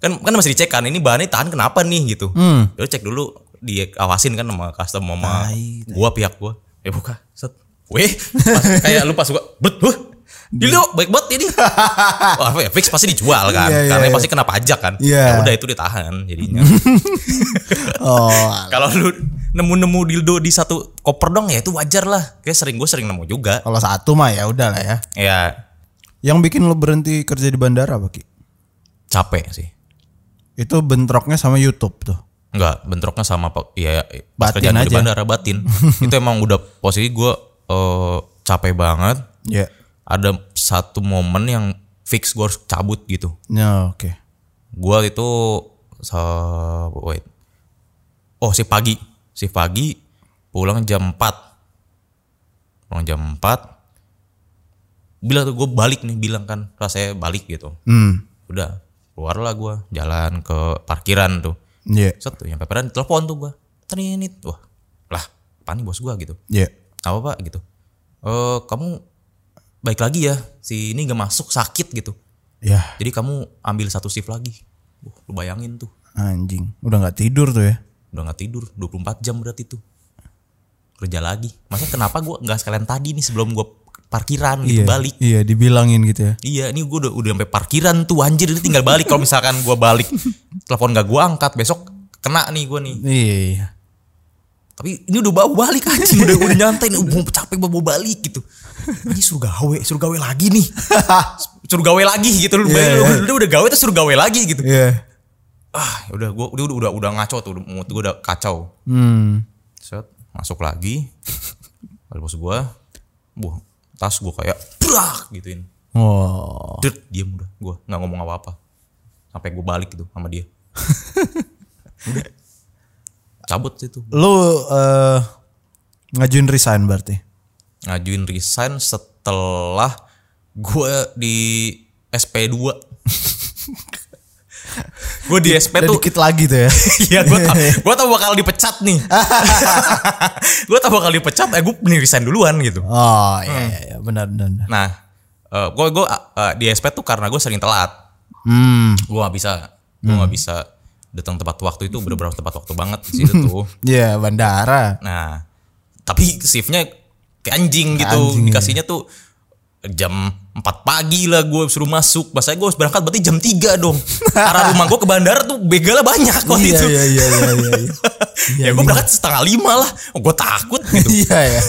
Speaker 2: kan kan masih dicek kan ini bahannya tahan kenapa nih gitu Lalu cek dulu diawasin kan sama customer sama
Speaker 1: Hmm. Tai,
Speaker 2: gua pihak gua eh buka set weh pas, kayak lu pas gua bet huh, dildo baik banget
Speaker 1: [LAUGHS]
Speaker 2: ini Wah, apa ya, fix pasti dijual kan
Speaker 1: Iya, iya,
Speaker 2: karena
Speaker 1: iya.
Speaker 2: pasti kena pajak kan
Speaker 1: Iya.
Speaker 2: Ya udah itu ditahan
Speaker 1: [LAUGHS]
Speaker 2: jadinya
Speaker 1: Oh.
Speaker 2: kalau lu nemu-nemu dildo di satu koper dong ya itu wajar lah kayak sering gua sering nemu juga
Speaker 1: Kalau satu mah ya udah lah ya.
Speaker 2: ya
Speaker 1: Yang bikin lu berhenti kerja di bandara apa Ki?
Speaker 2: capek sih
Speaker 1: Itu bentroknya sama YouTube tuh.
Speaker 2: Enggak, bentroknya sama Pak. Iya, pas
Speaker 1: Batin
Speaker 2: kerjaan gua di
Speaker 1: aja.
Speaker 2: bandara
Speaker 1: [LAUGHS]
Speaker 2: batin. itu emang udah posisi gue capek banget.
Speaker 1: Ya.
Speaker 2: Ada satu momen yang fix gue harus cabut gitu.
Speaker 1: Ya oke.
Speaker 2: Gue itu se- wait. Oh, si pagi. Si pagi pulang jam 4. Pulang jam 4. Bila tuh gue balik nih bilang kan, rasanya balik gitu.
Speaker 1: Hmm.
Speaker 2: Udah, keluarlah gue jalan ke parkiran tuh.
Speaker 1: Ya.
Speaker 2: Set tuh yang peperan telepon tuh gua. Trinit. Wah. Lah, apa nih bos gua gitu.
Speaker 1: Ya.
Speaker 2: Apa Pak gitu. Eh kamu baik lagi ya. Si ini gak masuk sakit gitu.
Speaker 1: Ya.
Speaker 2: Jadi kamu ambil satu shift lagi. Wah, lu bayangin tuh.
Speaker 1: Ya, Anjing. Udah nggak tidur tuh ya.
Speaker 2: Udah gak tidur 24 jam berarti tuh. Kerja lagi. Masa kenapa gua nggak sekalian tadi nih sebelum gua parkiran gitu
Speaker 1: Iya.
Speaker 2: balik.
Speaker 1: Iya dibilangin gitu ya.
Speaker 2: Iya, ini gue udah udah sampai parkiran tuh anjir ini tinggal balik kalau misalkan gua balik telepon gak gua angkat besok kena nih gua nih.
Speaker 1: Iya. iya.
Speaker 2: tapi ini udah bawa balik anjing udah udah nyantai nih udah capek bawa balik gitu ini suruh gawe suruh gawe lagi
Speaker 1: [LAUGHS]
Speaker 2: nih suruh gawe lagi gitu lu
Speaker 1: Iya,
Speaker 2: bayangin, lu- lu udah gawe terus suruh gawe lagi gitu
Speaker 1: Iya.
Speaker 2: ah ya udah gua udah udah udah, udah ngaco tuh udah- mulut gua udah kacau
Speaker 1: Hmm.
Speaker 2: set masuk lagi lalu bos gua buah tas gua kayak brak gituin
Speaker 1: Wow.
Speaker 2: Dut, diam udah gue nggak ngomong apa-apa sampai gue balik gitu sama
Speaker 1: [LAUGHS]
Speaker 2: dia Udah. cabut situ
Speaker 1: Lu eh, ngajuin resign berarti.
Speaker 2: ngajuin resign setelah gue di SP2 [LAUGHS] gue di SP
Speaker 1: Udah
Speaker 2: tuh
Speaker 1: dikit lagi tuh ya.
Speaker 2: [LAUGHS] Iya
Speaker 1: [LAUGHS]
Speaker 2: gue tau, gue tau bakal dipecat nih. gue tau bakal dipecat, eh gue mending resign duluan gitu.
Speaker 1: Oh iya iya, iya benar benar. benar.
Speaker 2: Nah, gue gue eh, di SP tuh karena gue sering telat.
Speaker 1: Hmm.
Speaker 2: Gue nggak bisa, gue nggak bisa datang tepat waktu itu bener-bener tepat waktu banget di situ tuh.
Speaker 1: Iya bandara.
Speaker 2: Nah, tapi shiftnya kayak anjing gitu,
Speaker 1: Anjing, iya.
Speaker 2: dikasihnya tuh jam 4 pagi lah gue suruh masuk. Bahasanya gue harus berangkat berarti jam 3
Speaker 1: [LAUGHS]
Speaker 2: dong. Arah rumah gue ke bandara tuh begalnya banyak waktu
Speaker 1: Iya
Speaker 2: Oh, itu.
Speaker 1: iya iya iya iya. iya.
Speaker 2: [LAUGHS] ya gue berangkat setengah lima lah oh, gue takut gitu
Speaker 1: [LAUGHS] Iya ya.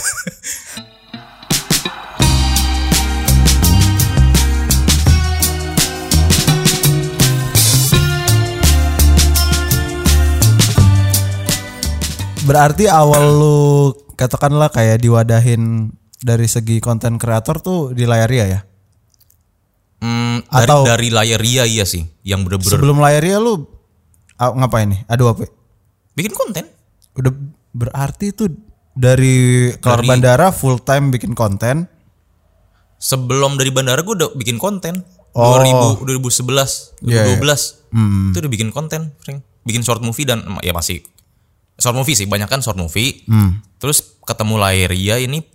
Speaker 1: Berarti awal lu katakanlah kayak diwadahin dari segi konten kreator tuh di Layaria ya?
Speaker 2: Hmm, dari,
Speaker 1: Atau-
Speaker 2: dari layar Ria iya sih yang bener-bener
Speaker 1: Sebelum Layaria lu ah, ngapain nih? Aduh apa?
Speaker 2: bikin konten
Speaker 1: Udah berarti tuh dari keluar
Speaker 2: Dari-
Speaker 1: bandara full time bikin konten.
Speaker 2: sebelum dari bandara gue udah bikin konten
Speaker 1: Oh.
Speaker 2: 2000 2011 2012
Speaker 1: Iya,
Speaker 2: itu udah bikin konten Frank. bikin short movie dan em, ya masih short movie sih banyak kan short movie
Speaker 1: Hmm.
Speaker 2: terus ketemu layar Ria ini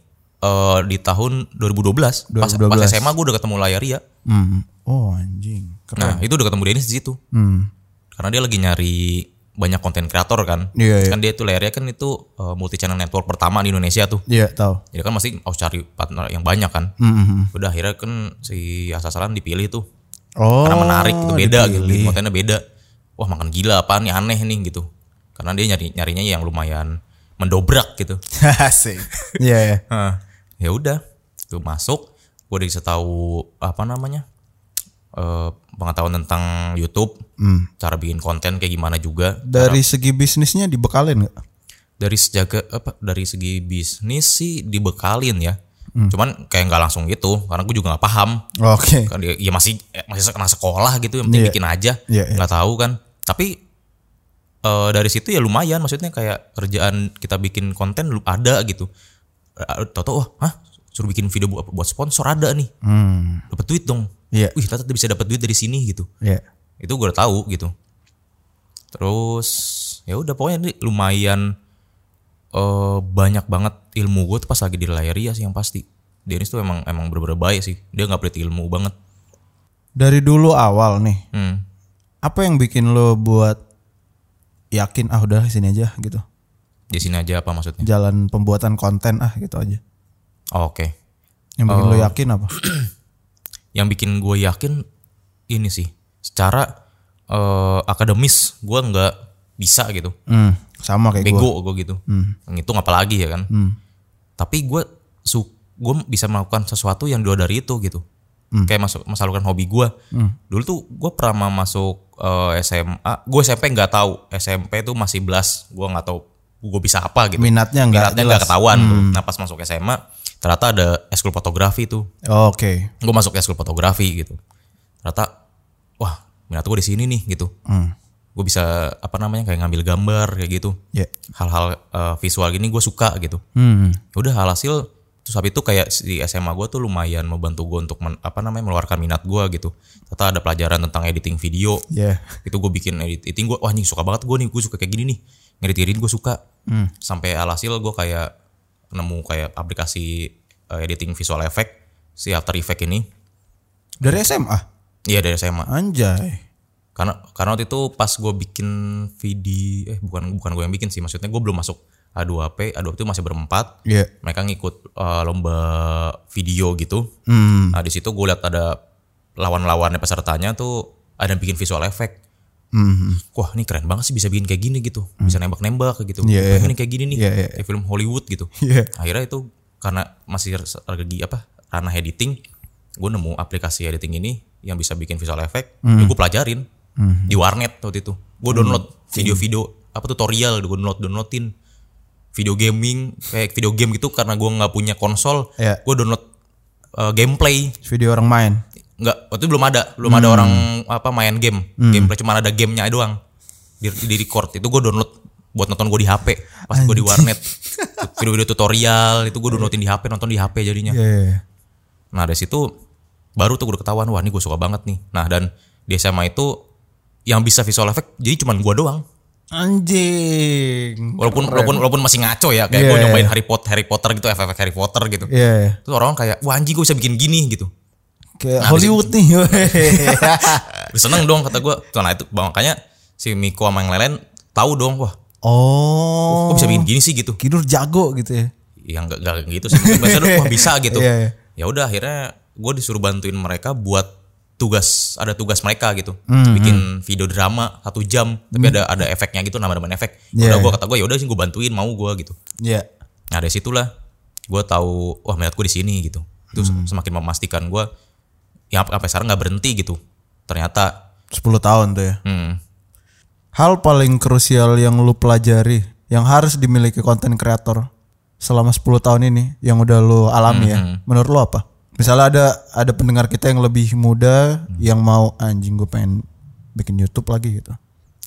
Speaker 2: eh, di tahun 2012. Pas, pas
Speaker 1: 2012.
Speaker 2: SMA gue udah ketemu layar Ria
Speaker 1: Hmm. Oh anjing. Keren.
Speaker 2: nah itu udah ketemu Dennis di situ
Speaker 1: Hmm.
Speaker 2: karena dia lagi nyari banyak konten kreator kan.
Speaker 1: Iya, iya.
Speaker 2: Kan dia itu layarnya kan itu multi channel network pertama di Indonesia tuh.
Speaker 1: Iya tahu.
Speaker 2: Jadi kan pasti harus cari partner yang banyak kan.
Speaker 1: Hmm.
Speaker 2: Udah akhirnya kan si Asasalan dipilih tuh.
Speaker 1: Oh.
Speaker 2: Karena menarik gitu beda gitu, bikin kontennya beda. Wah, makan gila apaan nih aneh nih gitu. Karena dia nyari nyarinya yang lumayan mendobrak
Speaker 1: [LAUGHS]
Speaker 2: gitu.
Speaker 1: Asik. Iya ya.
Speaker 2: Hah. ya udah, tuh masuk, gue udah bisa tahu apa namanya? eh, pengetahuan tentang YouTube,
Speaker 1: Hmm.
Speaker 2: cara bikin konten kayak gimana juga.
Speaker 1: Dari segi bisnisnya dibekalin nggak?
Speaker 2: dari sejaga apa dari segi bisnis sih dibekalin ya
Speaker 1: Hmm.
Speaker 2: cuman kayak nggak langsung gitu karena gue juga nggak paham
Speaker 1: Oke.
Speaker 2: kan dia- ya masih eh, masih kena sekolah gitu yang penting
Speaker 1: Iya.
Speaker 2: bikin aja
Speaker 1: Iya, iya.
Speaker 2: nggak tahu kan tapi eh, dari situ ya lumayan maksudnya kayak kerjaan kita bikin konten lu ada gitu Eh, Toto wah hah suruh bikin video bu- buat sponsor ada nih
Speaker 1: Hmm.
Speaker 2: dapat duit dong
Speaker 1: Iya.
Speaker 2: wih Tata bisa dapat duit dari sini gitu
Speaker 1: Iya.
Speaker 2: itu gue udah tahu gitu terus ya udah pokoknya ini lumayan eh, banyak banget ilmu gue tuh pas lagi di Layaria sih yang pasti Dennis tuh emang emang bener-bener baik sih dia nggak pelit ilmu banget
Speaker 1: Dari dulu awal nih,
Speaker 2: hmm.
Speaker 1: apa yang bikin lo buat yakin ah udah sini aja gitu.
Speaker 2: di sini aja apa maksudnya
Speaker 1: Jalan pembuatan konten ah gitu aja.
Speaker 2: Oh, oke
Speaker 1: Yang bikin lo yakin apa?
Speaker 2: yang bikin gue yakin ini sih secara eh, akademis gue nggak bisa gitu
Speaker 1: Hmm. Sama kayak gue.
Speaker 2: bego gue gitu ngitung apalagi ya kan tapi gue su gue bisa melakukan sesuatu yang di luar dari itu gitu kayak masuk masalahkan hobi gue dulu tuh gue pernah mau masuk eh, SMA gue SMP nggak tahu SMP tuh masih belas gue nggak tahu gue bisa apa gitu
Speaker 1: Minatnya nggak Hmm.
Speaker 2: minatnya nggak ketahuan tuh. nah pas masuk SMA ternyata ada eskul fotografi tuh
Speaker 1: Oke.
Speaker 2: gue masuk eskul fotografi gitu ternyata wah minat gue di sini nih gitu
Speaker 1: Hmm.
Speaker 2: gue bisa apa namanya kayak ngambil gambar kayak gitu
Speaker 1: Ya.
Speaker 2: hal-hal eh, visual gini gue suka gitu
Speaker 1: Hmm.
Speaker 2: udah alhasil terus habis itu kayak di SMA gue tuh lumayan membantu gue untuk men- apa namanya meluarkan minat gue gitu ternyata ada pelajaran tentang editing video
Speaker 1: Ya.
Speaker 2: itu gue bikin edit- editing gue wah anjing suka banget gue nih gue suka kayak gini nih ngeditirin gue suka sampai alhasil gue kayak nemu kayak aplikasi eh, editing visual effect si After Effect ini
Speaker 1: Dari SMA.
Speaker 2: iya dari SMA
Speaker 1: Anjay.
Speaker 2: karena karena waktu itu pas gue bikin video eh bukan bukan gue yang bikin sih maksudnya gue belum masuk A2P A2P itu masih berempat
Speaker 1: Iya.
Speaker 2: mereka ngikut eh, lomba video gitu.
Speaker 1: Hmm.
Speaker 2: Nah di situ gue lihat ada lawan-lawannya pesertanya tuh ada yang bikin visual effect.
Speaker 1: Hmm.
Speaker 2: Wah ini keren banget sih bisa bikin kayak gini gitu, bisa nembak-nembak kayak gitu.
Speaker 1: Iya, iya.
Speaker 2: Ini kayak gini nih,
Speaker 1: Iya, iya.
Speaker 2: kayak film Hollywood gitu.
Speaker 1: Iya.
Speaker 2: Akhirnya itu karena masih lagi apa ranah editing, gue nemu aplikasi editing ini yang bisa bikin visual effect.
Speaker 1: Hmm.
Speaker 2: Ya, gue pelajarin di warnet waktu itu. Gue download video-video apa tutorial, gue download downloadin video gaming kayak video game gitu karena gue nggak punya konsol,
Speaker 1: Iya.
Speaker 2: gue download eh, gameplay
Speaker 1: Video orang main.
Speaker 2: nggak waktu itu belum ada belum
Speaker 1: Hmm.
Speaker 2: ada orang apa main game gameplay cuma ada gamenya doang di, di record itu gue download buat nonton gue di HP pas gue di
Speaker 1: [LAUGHS]
Speaker 2: warnet video-video tutorial itu gue downloadin di HP nonton di HP jadinya
Speaker 1: Iya. iya, iya.
Speaker 2: nah dari situ baru tuh gue udah ketahuan wah ini gue suka banget nih nah dan di SMA itu yang bisa visual effect jadi cuman gue doang
Speaker 1: Anjing.
Speaker 2: walaupun walaupun walaupun masih ngaco ya kayak gue
Speaker 1: Iya,
Speaker 2: nyobain Harry Potter Harry Potter gitu FFX Harry Potter gitu
Speaker 1: Iya. iya.
Speaker 2: terus orang kayak wah anjing gue bisa bikin gini gitu
Speaker 1: Kayak Hollywood nih.
Speaker 2: [LAUGHS] Terus seneng dong kata gue nah itu makanya si Miko sama yang lain tahu dong wah
Speaker 1: [LAUGHS] oh.
Speaker 2: kok bisa bikin gini sih gitu
Speaker 1: Kidur jago gitu ya.
Speaker 2: yang gak, gak gitu sih mungkin biasanya
Speaker 1: [LAUGHS]
Speaker 2: wah bisa gitu
Speaker 1: Iya, iya.
Speaker 2: ya udah akhirnya gue disuruh bantuin mereka buat tugas ada tugas mereka gitu
Speaker 1: Hmm,
Speaker 2: bikin video drama satu jam tapi ada ada efeknya gitu nama-nama efek
Speaker 1: Iya,
Speaker 2: udah gue
Speaker 1: iya.
Speaker 2: kata gue ya udah sih gue bantuin mau gue gitu
Speaker 1: Iya.
Speaker 2: Nah dari situlah gue tahu wah minat gue di sini gitu. Itu
Speaker 1: Hmm.
Speaker 2: semakin memastikan gue ya sampai sekarang nggak berhenti gitu. Ternyata
Speaker 1: 10 tahun tuh ya.
Speaker 2: hmm,
Speaker 1: Hal paling krusial yang lu pelajari, yang harus dimiliki konten kreator selama 10 tahun ini yang udah lu alami ya. Menurut lu apa? Misalnya ada ada pendengar kita yang lebih muda yang mau anjing gue pengen bikin YouTube lagi gitu.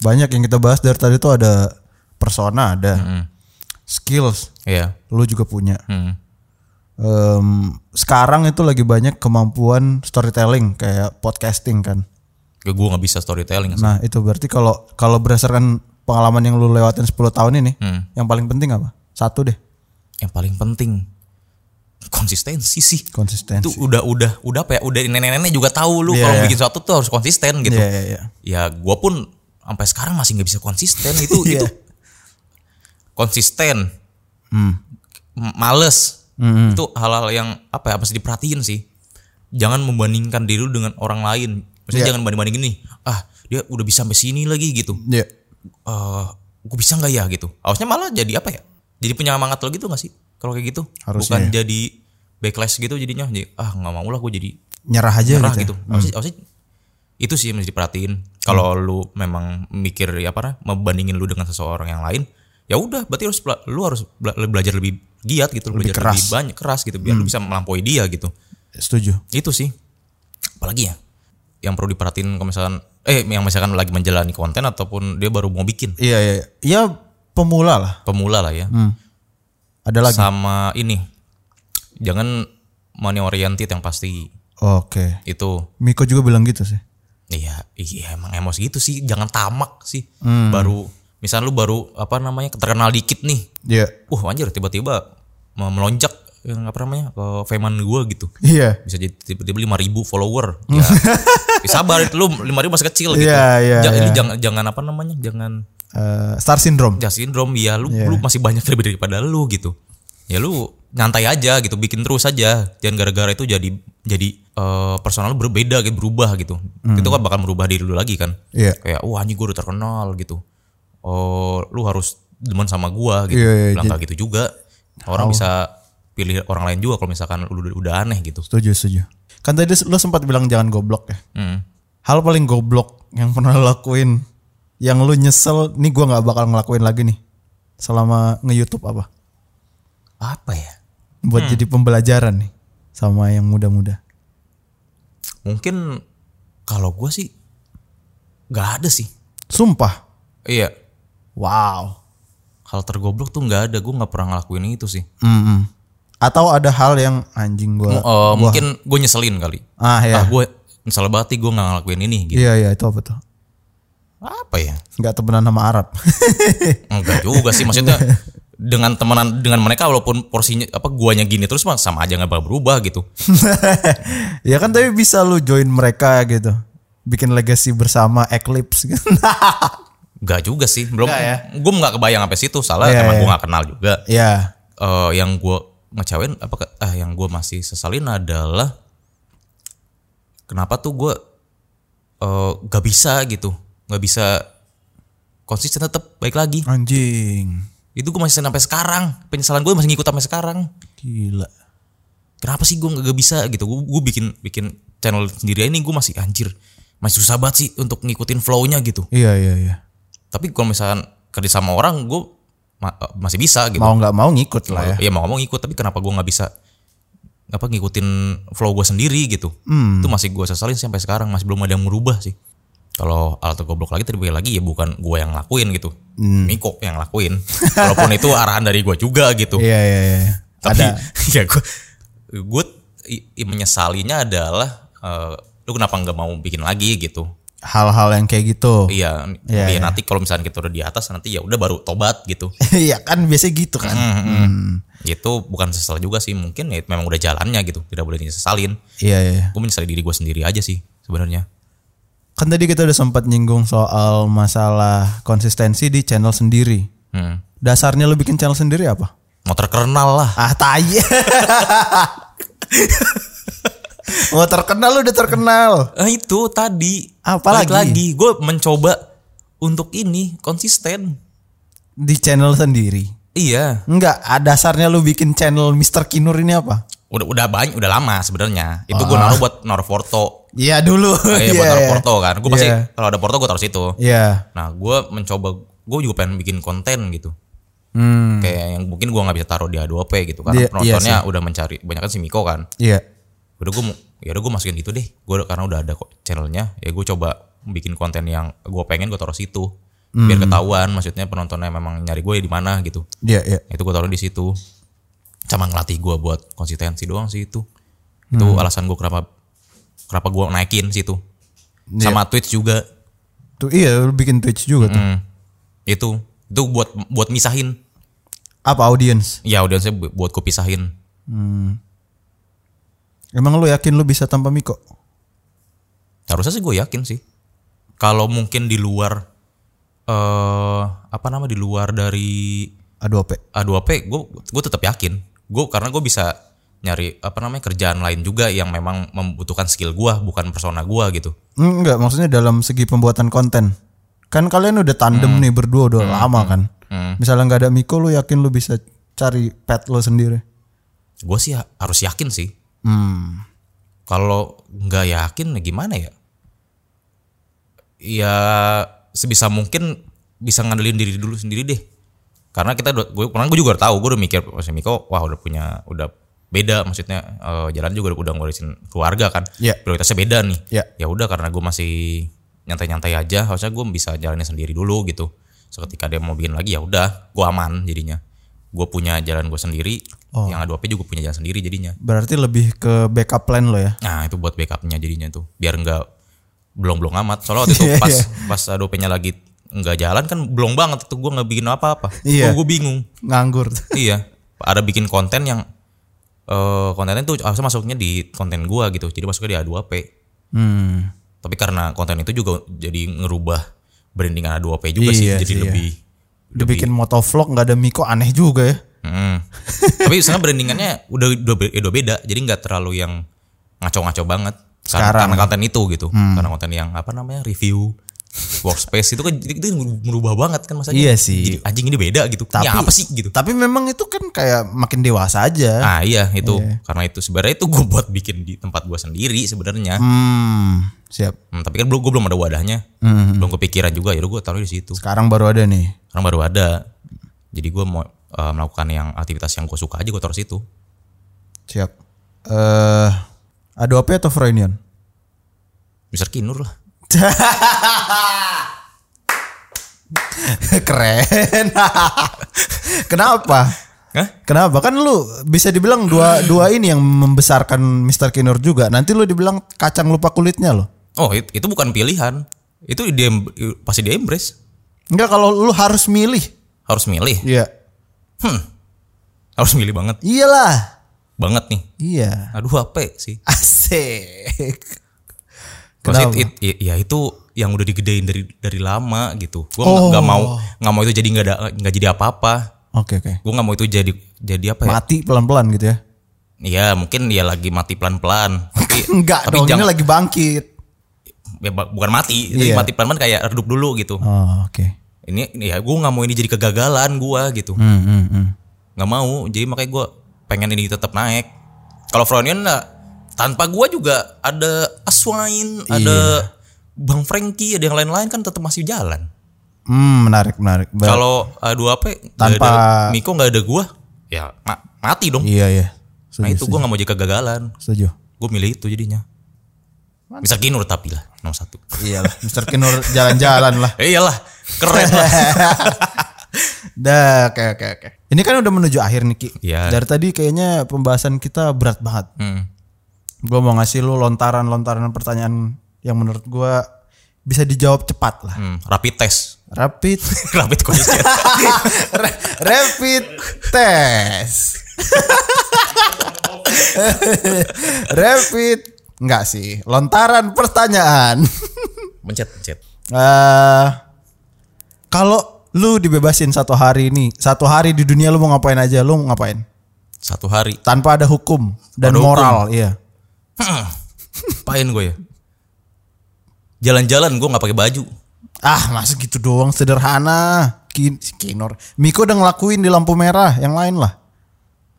Speaker 1: Banyak yang kita bahas dari tadi tuh ada persona, ada skills,
Speaker 2: ya
Speaker 1: lu juga punya.
Speaker 2: Hmm.
Speaker 1: Em, sekarang itu lagi banyak kemampuan storytelling kayak podcasting kan.
Speaker 2: gue nggak bisa storytelling. sih.
Speaker 1: Nah, itu berarti kalau kalau berdasarkan pengalaman yang lu lewatin 10 tahun ini,
Speaker 2: Hmm.
Speaker 1: yang paling penting apa? Satu deh,
Speaker 2: Yang paling penting konsistensi sih. Itu
Speaker 1: konsistensi.
Speaker 2: udah udah udah apa ya? Udah nenek-nenek juga tahu lu
Speaker 1: Iya,
Speaker 2: kalau
Speaker 1: iya.
Speaker 2: bikin sesuatu tuh harus konsisten gitu.
Speaker 1: Iya, iya, iya.
Speaker 2: Ya gue pun sampai sekarang masih nggak bisa konsisten itu
Speaker 1: [LAUGHS] Iya.
Speaker 2: itu konsisten
Speaker 1: Hmm.
Speaker 2: M- males itu hal-hal yang apa ya mesti diperhatiin sih jangan membandingkan diri lu dengan orang lain maksudnya jangan banding-bandingin nih ah dia udah bisa sampai sini lagi gitu
Speaker 1: Iya.
Speaker 2: eh gue bisa nggak ya gitu harusnya malah jadi apa ya jadi penyemangat lo gitu gak sih kalau kayak gitu
Speaker 1: Harusnya ya.
Speaker 2: bukan jadi backlash gitu jadinya jadi, ah nggak mau lah gue jadi
Speaker 1: Nyerah aja
Speaker 2: nyerah
Speaker 1: gitu.
Speaker 2: gitu, Harusnya, harusnya itu sih yang mesti diperhatiin kalau
Speaker 1: Hmm.
Speaker 2: lu memang mikir ya apa nah, membandingin lu dengan seseorang yang lain ya udah berarti harus bela- lu harus bela- belajar lebih giat gitu
Speaker 1: Lebih
Speaker 2: belajar
Speaker 1: keras. Hmm.
Speaker 2: lebih banyak keras gitu biar lu bisa melampaui dia gitu
Speaker 1: Setuju.
Speaker 2: itu sih apalagi ya yang perlu diperhatiin kalau misalkan eh yang misalkan lagi menjalani konten ataupun dia baru mau bikin
Speaker 1: Iya, iya. iya. Ya pemula lah.
Speaker 2: pemula lah ya
Speaker 1: Ada Hmm. lagi.
Speaker 2: sama ini jangan money oriented yang pasti
Speaker 1: Oke.
Speaker 2: itu
Speaker 1: Miko juga bilang gitu sih.
Speaker 2: Iya, iya emang emos gitu sih, jangan tamak sih.
Speaker 1: Hmm.
Speaker 2: Baru misal lu baru apa namanya terkenal dikit nih.
Speaker 1: Iya.
Speaker 2: Uh, anjir tiba-tiba me- melonjak yang apa namanya ke faman gua gitu.
Speaker 1: Iya.
Speaker 2: Bisa jadi tiba-tiba 5000 follower. Ya. ya sabar itu lu 5000 masih kecil gitu.
Speaker 1: Hmm. [LAUGHS] Iya, iya,
Speaker 2: Ja- ini
Speaker 1: iya.
Speaker 2: jangan jangan apa namanya? Jangan
Speaker 1: Eh, star syndrome.
Speaker 2: jas syndrome ya lu
Speaker 1: Iya.
Speaker 2: lu masih banyak lebih daripada lu gitu. Ya lu nyantai aja gitu, bikin terus aja. Jangan gara-gara itu jadi jadi eh, personal lu berbeda gitu, berubah gitu. Itu kan bakal merubah diri lu lagi kan
Speaker 1: Hmm. Iya.
Speaker 2: kayak wah anjing gue udah terkenal gitu oh lu harus demen sama gua gitu
Speaker 1: Iya, iya, Oh.
Speaker 2: bilang kayak gitu juga orang bisa pilih orang lain juga kalau misalkan lu udah, udah aneh gitu
Speaker 1: Setuju, setuju. Kan tadi lu sempat bilang jangan goblok ya.
Speaker 2: Hmm.
Speaker 1: Hal paling goblok yang pernah lo lakuin yang lu nyesel nih gua nggak bakal ngelakuin lagi nih selama nge-YouTube apa?
Speaker 2: apa ya
Speaker 1: buat jadi pembelajaran nih sama yang muda-muda.
Speaker 2: mungkin kalau gua sih nggak ada sih
Speaker 1: Sumpah.
Speaker 2: iya
Speaker 1: Wow.
Speaker 2: hal tergoblok tuh nggak ada gua nggak pernah ngelakuin itu sih
Speaker 1: Mm-mm. Atau ada hal yang anjing
Speaker 2: M-
Speaker 1: gua
Speaker 2: eh, mungkin gue nyeselin kali
Speaker 1: ah ya.
Speaker 2: ah gue nyesel banget gue nggak ngelakuin ini gitu
Speaker 1: Iya iya itu apa tuh?
Speaker 2: apa ya
Speaker 1: Gak temenan sama Arab. [LAUGHS]
Speaker 2: Enggak juga sih maksudnya dengan temenan dengan mereka walaupun porsinya apa guanya gini terus mah sama aja nggak bakal berubah gitu.
Speaker 1: ya kan tapi bisa lu join mereka gitu. Bikin legacy bersama Eclipse [LAUGHS] gitu.
Speaker 2: Enggak juga sih. Belum gue nggak kebayang sampai situ. Salah
Speaker 1: ya? Iya,
Speaker 2: emang
Speaker 1: iya.
Speaker 2: gue nggak kenal juga.
Speaker 1: ya.
Speaker 2: Eh, yang gue ngecewain apa ke- ah yang gue masih sesalin adalah kenapa tuh gue eh gak bisa gitu nggak bisa konsisten tetap baik lagi
Speaker 1: Anjing.
Speaker 2: itu gue masih sampai sekarang penyesalan gue masih ngikut sampai sekarang
Speaker 1: Gila.
Speaker 2: kenapa sih gue nggak bisa gitu gue gue bikin bikin channel sendiri ini gue masih anjir masih susah banget sih untuk ngikutin flow-nya gitu
Speaker 1: Iya iya iya.
Speaker 2: tapi kalau misalkan kerja sama orang gue ma- eh, masih bisa gitu Iya.
Speaker 1: Mau nggak mau ngikut lah ya.
Speaker 2: ya mau ngomong ikut tapi kenapa gue nggak bisa apa ngikutin flow gue sendiri gitu
Speaker 1: Hmm.
Speaker 2: itu masih gue sesalin sampai sekarang masih belum ada yang merubah sih kalau alat goblok lagi terlebih lagi ya bukan gue yang lakuin gitu
Speaker 1: Hmm.
Speaker 2: Miko yang lakuin [LAUGHS] walaupun itu arahan dari gue juga gitu
Speaker 1: Iya iya iya.
Speaker 2: tapi [LAUGHS] ya gue gue i- i- menyesalinya adalah eh, lu kenapa nggak mau bikin lagi gitu
Speaker 1: Hal-hal yang kayak gitu.
Speaker 2: iya
Speaker 1: Iya, iya.
Speaker 2: biar nanti kalau misalnya kita udah di atas nanti ya udah baru tobat gitu
Speaker 1: [LAUGHS] Iya kan biasanya gitu kan.
Speaker 2: Mm-hmm.
Speaker 1: Hmm.
Speaker 2: itu bukan sesal juga sih mungkin ya memang udah jalannya gitu tidak boleh disesalin
Speaker 1: Iya iya.
Speaker 2: gue menyesali diri gue sendiri aja sih sebenarnya
Speaker 1: Kan tadi kita udah sempat nyinggung soal masalah konsistensi di channel sendiri.
Speaker 2: hmm.
Speaker 1: Dasarnya lu bikin channel sendiri apa?
Speaker 2: mau terkenal lah
Speaker 1: Ah tai. [LAUGHS] Mau Oh, terkenal lu udah terkenal.
Speaker 2: Eh, itu tadi
Speaker 1: Apa
Speaker 2: Balik
Speaker 1: lagi?
Speaker 2: lagi gue mencoba untuk ini konsisten
Speaker 1: Di channel sendiri.
Speaker 2: iya
Speaker 1: Enggak, ah, dasarnya lu bikin channel Mr. Kinur ini apa?
Speaker 2: udah udah banyak udah lama sebenarnya itu gue naruh buat naruh foto
Speaker 1: [LAUGHS] Iya dulu.
Speaker 2: Iya buat taruh porto kan. Gue pasti
Speaker 1: Iya.
Speaker 2: kalau ada porto gue taruh situ.
Speaker 1: Iya.
Speaker 2: Nah gue mencoba gue juga pengen bikin konten gitu.
Speaker 1: Hmm.
Speaker 2: Kayak yang mungkin gue nggak bisa taruh di A2P gitu karena
Speaker 1: Iya, iya
Speaker 2: penontonnya udah mencari banyak kan si Miko kan.
Speaker 1: Iya.
Speaker 2: Udah gue ya udah gue masukin itu deh. Gue karena udah ada kok channelnya ya gue coba bikin konten yang gue pengen gue taruh situ. Biar ketahuan maksudnya penontonnya memang nyari gue di mana gitu.
Speaker 1: Iya, iya.
Speaker 2: Itu gue taruh di situ. Sama ngelatih gue buat konsistensi doang sih itu. Itu alasan gue kenapa kenapa gue naikin situ.
Speaker 1: Iya.
Speaker 2: Sama Twitch juga.
Speaker 1: Tuh iya lu bikin Twitch juga tuh.
Speaker 2: Hmm. Itu itu buat buat misahin.
Speaker 1: Apa audience?
Speaker 2: Ya audiensnya bu- buat gue pisahin.
Speaker 1: Emang lu yakin lu bisa tanpa Miko?
Speaker 2: Harusnya sih gue yakin sih. Kalau mungkin di luar eh apa nama di luar dari
Speaker 1: Aduh, apa?
Speaker 2: A2P, gue gue tetap yakin. Gue karena gue bisa nyari apa namanya kerjaan lain juga yang memang membutuhkan skill gue bukan persona gue gitu.
Speaker 1: Hmm, Enggak, maksudnya dalam segi pembuatan konten. Kan kalian udah
Speaker 2: Mm.
Speaker 1: tandem nih berdua udah lama kan. Misalnya nggak ada Miko, lu yakin lu bisa cari pet lo sendiri?
Speaker 2: Gue sih ha- harus yakin sih.
Speaker 1: Hmm.
Speaker 2: Kalau nggak yakin ya gimana ya? ya sebisa mungkin bisa ngandelin diri dulu sendiri deh karena kita udah- gue pernah gue juga udah tahu gue udah mikir Mas Miko wah udah punya udah beda maksudnya eh, jalan juga udah udah ngurisin keluarga kan
Speaker 1: Iya.
Speaker 2: prioritasnya beda nih
Speaker 1: Iya.
Speaker 2: ya udah karena gue masih nyantai-nyantai aja harusnya gue bisa jalannya sendiri dulu gitu so, ketika dia mau bikin lagi ya udah gue aman jadinya gue punya jalan gue sendiri yang A2P juga punya jalan sendiri jadinya
Speaker 1: Berarti lebih ke backup plan lo ya?
Speaker 2: Nah itu buat backupnya jadinya tuh biar nggak belum belum amat. Soalnya waktu
Speaker 1: [LAUGHS]
Speaker 2: itu
Speaker 1: Iya,
Speaker 2: pas pas Adobe-nya lagi nggak jalan kan belum banget itu gue nggak bikin apa-apa.
Speaker 1: Iya.
Speaker 2: Gue bingung.
Speaker 1: Nganggur.
Speaker 2: iya. Ada bikin konten yang eh kontennya tuh harusnya masuknya di konten gua gitu. Jadi masuknya di A2P.
Speaker 1: Hmm.
Speaker 2: Tapi karena konten itu juga jadi ngerubah brandingan A2P juga sih.
Speaker 1: Iya
Speaker 2: Jadi
Speaker 1: sih, iya.
Speaker 2: lebih.
Speaker 1: Dibikin motovlog nggak ada Miko aneh juga ya?
Speaker 2: Mm.
Speaker 1: [LAUGHS]
Speaker 2: Tapi sekarang brandingannya udah udah, be- udah beda. Jadi nggak terlalu yang ngaco-ngaco banget. Karena-
Speaker 1: Sekarang. Hmm.
Speaker 2: Karena konten itu gitu. Karena konten yang apa namanya review [LAUGHS] workspace itu kan jadi- itu merubah banget kan masanya.
Speaker 1: Iya sih.
Speaker 2: Jadi anjing ini beda gitu. Ini apa sih gitu.
Speaker 1: Tapi memang itu kan kayak makin dewasa aja.
Speaker 2: Ah iya itu karena itu sebenarnya itu gue buat bikin di tempat gue sendiri sebenarnya.
Speaker 1: Hmm. Siap.
Speaker 2: Hmm, tapi kan belum gue belum ada wadahnya.
Speaker 1: Hmm.
Speaker 2: Belum kepikiran juga ya gue taruh di situ.
Speaker 1: Sekarang baru ada nih.
Speaker 2: Karena baru ada. Jadi gue mau eh, melakukan yang aktivitas yang gue suka aja gue taruh situ.
Speaker 1: Siap. Eh Adobe atau Froynion?
Speaker 2: Mister Kinur lah.
Speaker 1: [LAUGHS] Keren. [LAUGHS] Kenapa?
Speaker 2: Hah?
Speaker 1: Kenapa? Kan lu bisa dibilang dua dua ini yang membesarkan Mr. Kinur juga. Nanti lu dibilang kacang lupa kulitnya loh.
Speaker 2: Oh it- itu bukan pilihan. Itu dia pasti dia embrace.
Speaker 1: Enggak kalau lu harus milih.
Speaker 2: Harus milih.
Speaker 1: Iya.
Speaker 2: Hmm. Harus milih banget.
Speaker 1: Iyalah.
Speaker 2: Banget nih.
Speaker 1: Iya.
Speaker 2: Aduh apa sih.
Speaker 1: Asik.
Speaker 2: Maksudnya
Speaker 1: Kenapa?
Speaker 2: it- it- ya- ya itu yang udah digedein dari dari lama gitu. Gue
Speaker 1: Oh.
Speaker 2: nggak mau nggak mau itu jadi nggak ada nggak jadi apa-apa.
Speaker 1: Oke oke.
Speaker 2: Gue nggak mau itu jadi jadi apa ya?
Speaker 1: Mati pelan-pelan gitu ya.
Speaker 2: Iya mungkin dia lagi mati pelan-pelan. Tapi,
Speaker 1: [LAUGHS] Enggak
Speaker 2: tapi
Speaker 1: dong,
Speaker 2: jangan
Speaker 1: ini lagi bangkit.
Speaker 2: ya, ba- bukan mati. Tapi
Speaker 1: Iya.
Speaker 2: mati pelan-pelan kayak redup dulu gitu.
Speaker 1: Oh, oke.
Speaker 2: Ini ini ya gue nggak mau ini jadi kegagalan gue gitu.
Speaker 1: Hmm, hmm, hmm.
Speaker 2: nggak mau jadi makanya gue pengen ini tetap naik kalau Fronion nggak tanpa gue juga ada Aswain
Speaker 1: Iya.
Speaker 2: ada Bang Frankie ada yang lain-lain kan tetap masih jalan
Speaker 1: Hmm, menarik, menarik. Ba-
Speaker 2: kalau eh, dua apa
Speaker 1: Tanpa-
Speaker 2: Miko nggak ada gue ya ma- mati dong
Speaker 1: Iya, iya.
Speaker 2: nah itu gue nggak mau jadi kegagalan
Speaker 1: Setuju.
Speaker 2: gue milih itu jadinya bisa kinur tapi lah nomor satu
Speaker 1: Iyalah, Mr. Kinur jalan-jalan lah.
Speaker 2: Eh, iyalah keren
Speaker 1: [LAUGHS]
Speaker 2: lah
Speaker 1: Dah, oke oke oke. Ini kan udah menuju akhir nih Ki.
Speaker 2: Iya.
Speaker 1: Dari tadi kayaknya pembahasan kita berat banget.
Speaker 2: Hmm.
Speaker 1: Gue mau ngasih lu lontaran-lontaran pertanyaan yang menurut gua bisa dijawab cepat lah.
Speaker 2: Hmm, rapid test [LAUGHS]
Speaker 1: Rapid, [LAUGHS]
Speaker 2: rapid question
Speaker 1: rapid test. [LAUGHS] rapid, enggak sih. Lontaran pertanyaan.
Speaker 2: mencet mencet
Speaker 1: eh kalau lu dibebasin satu hari ini, satu hari di dunia lu mau ngapain aja? Lu mau ngapain?
Speaker 2: satu hari
Speaker 1: tanpa ada hukum dan
Speaker 2: Ada hukum.
Speaker 1: moral iya
Speaker 2: Hmm. Apain gue ya? Jalan-jalan gue nggak pakai baju.
Speaker 1: ah masa gitu doang sederhana Kin si Kinor Miko udah ngelakuin di lampu merah yang lain lah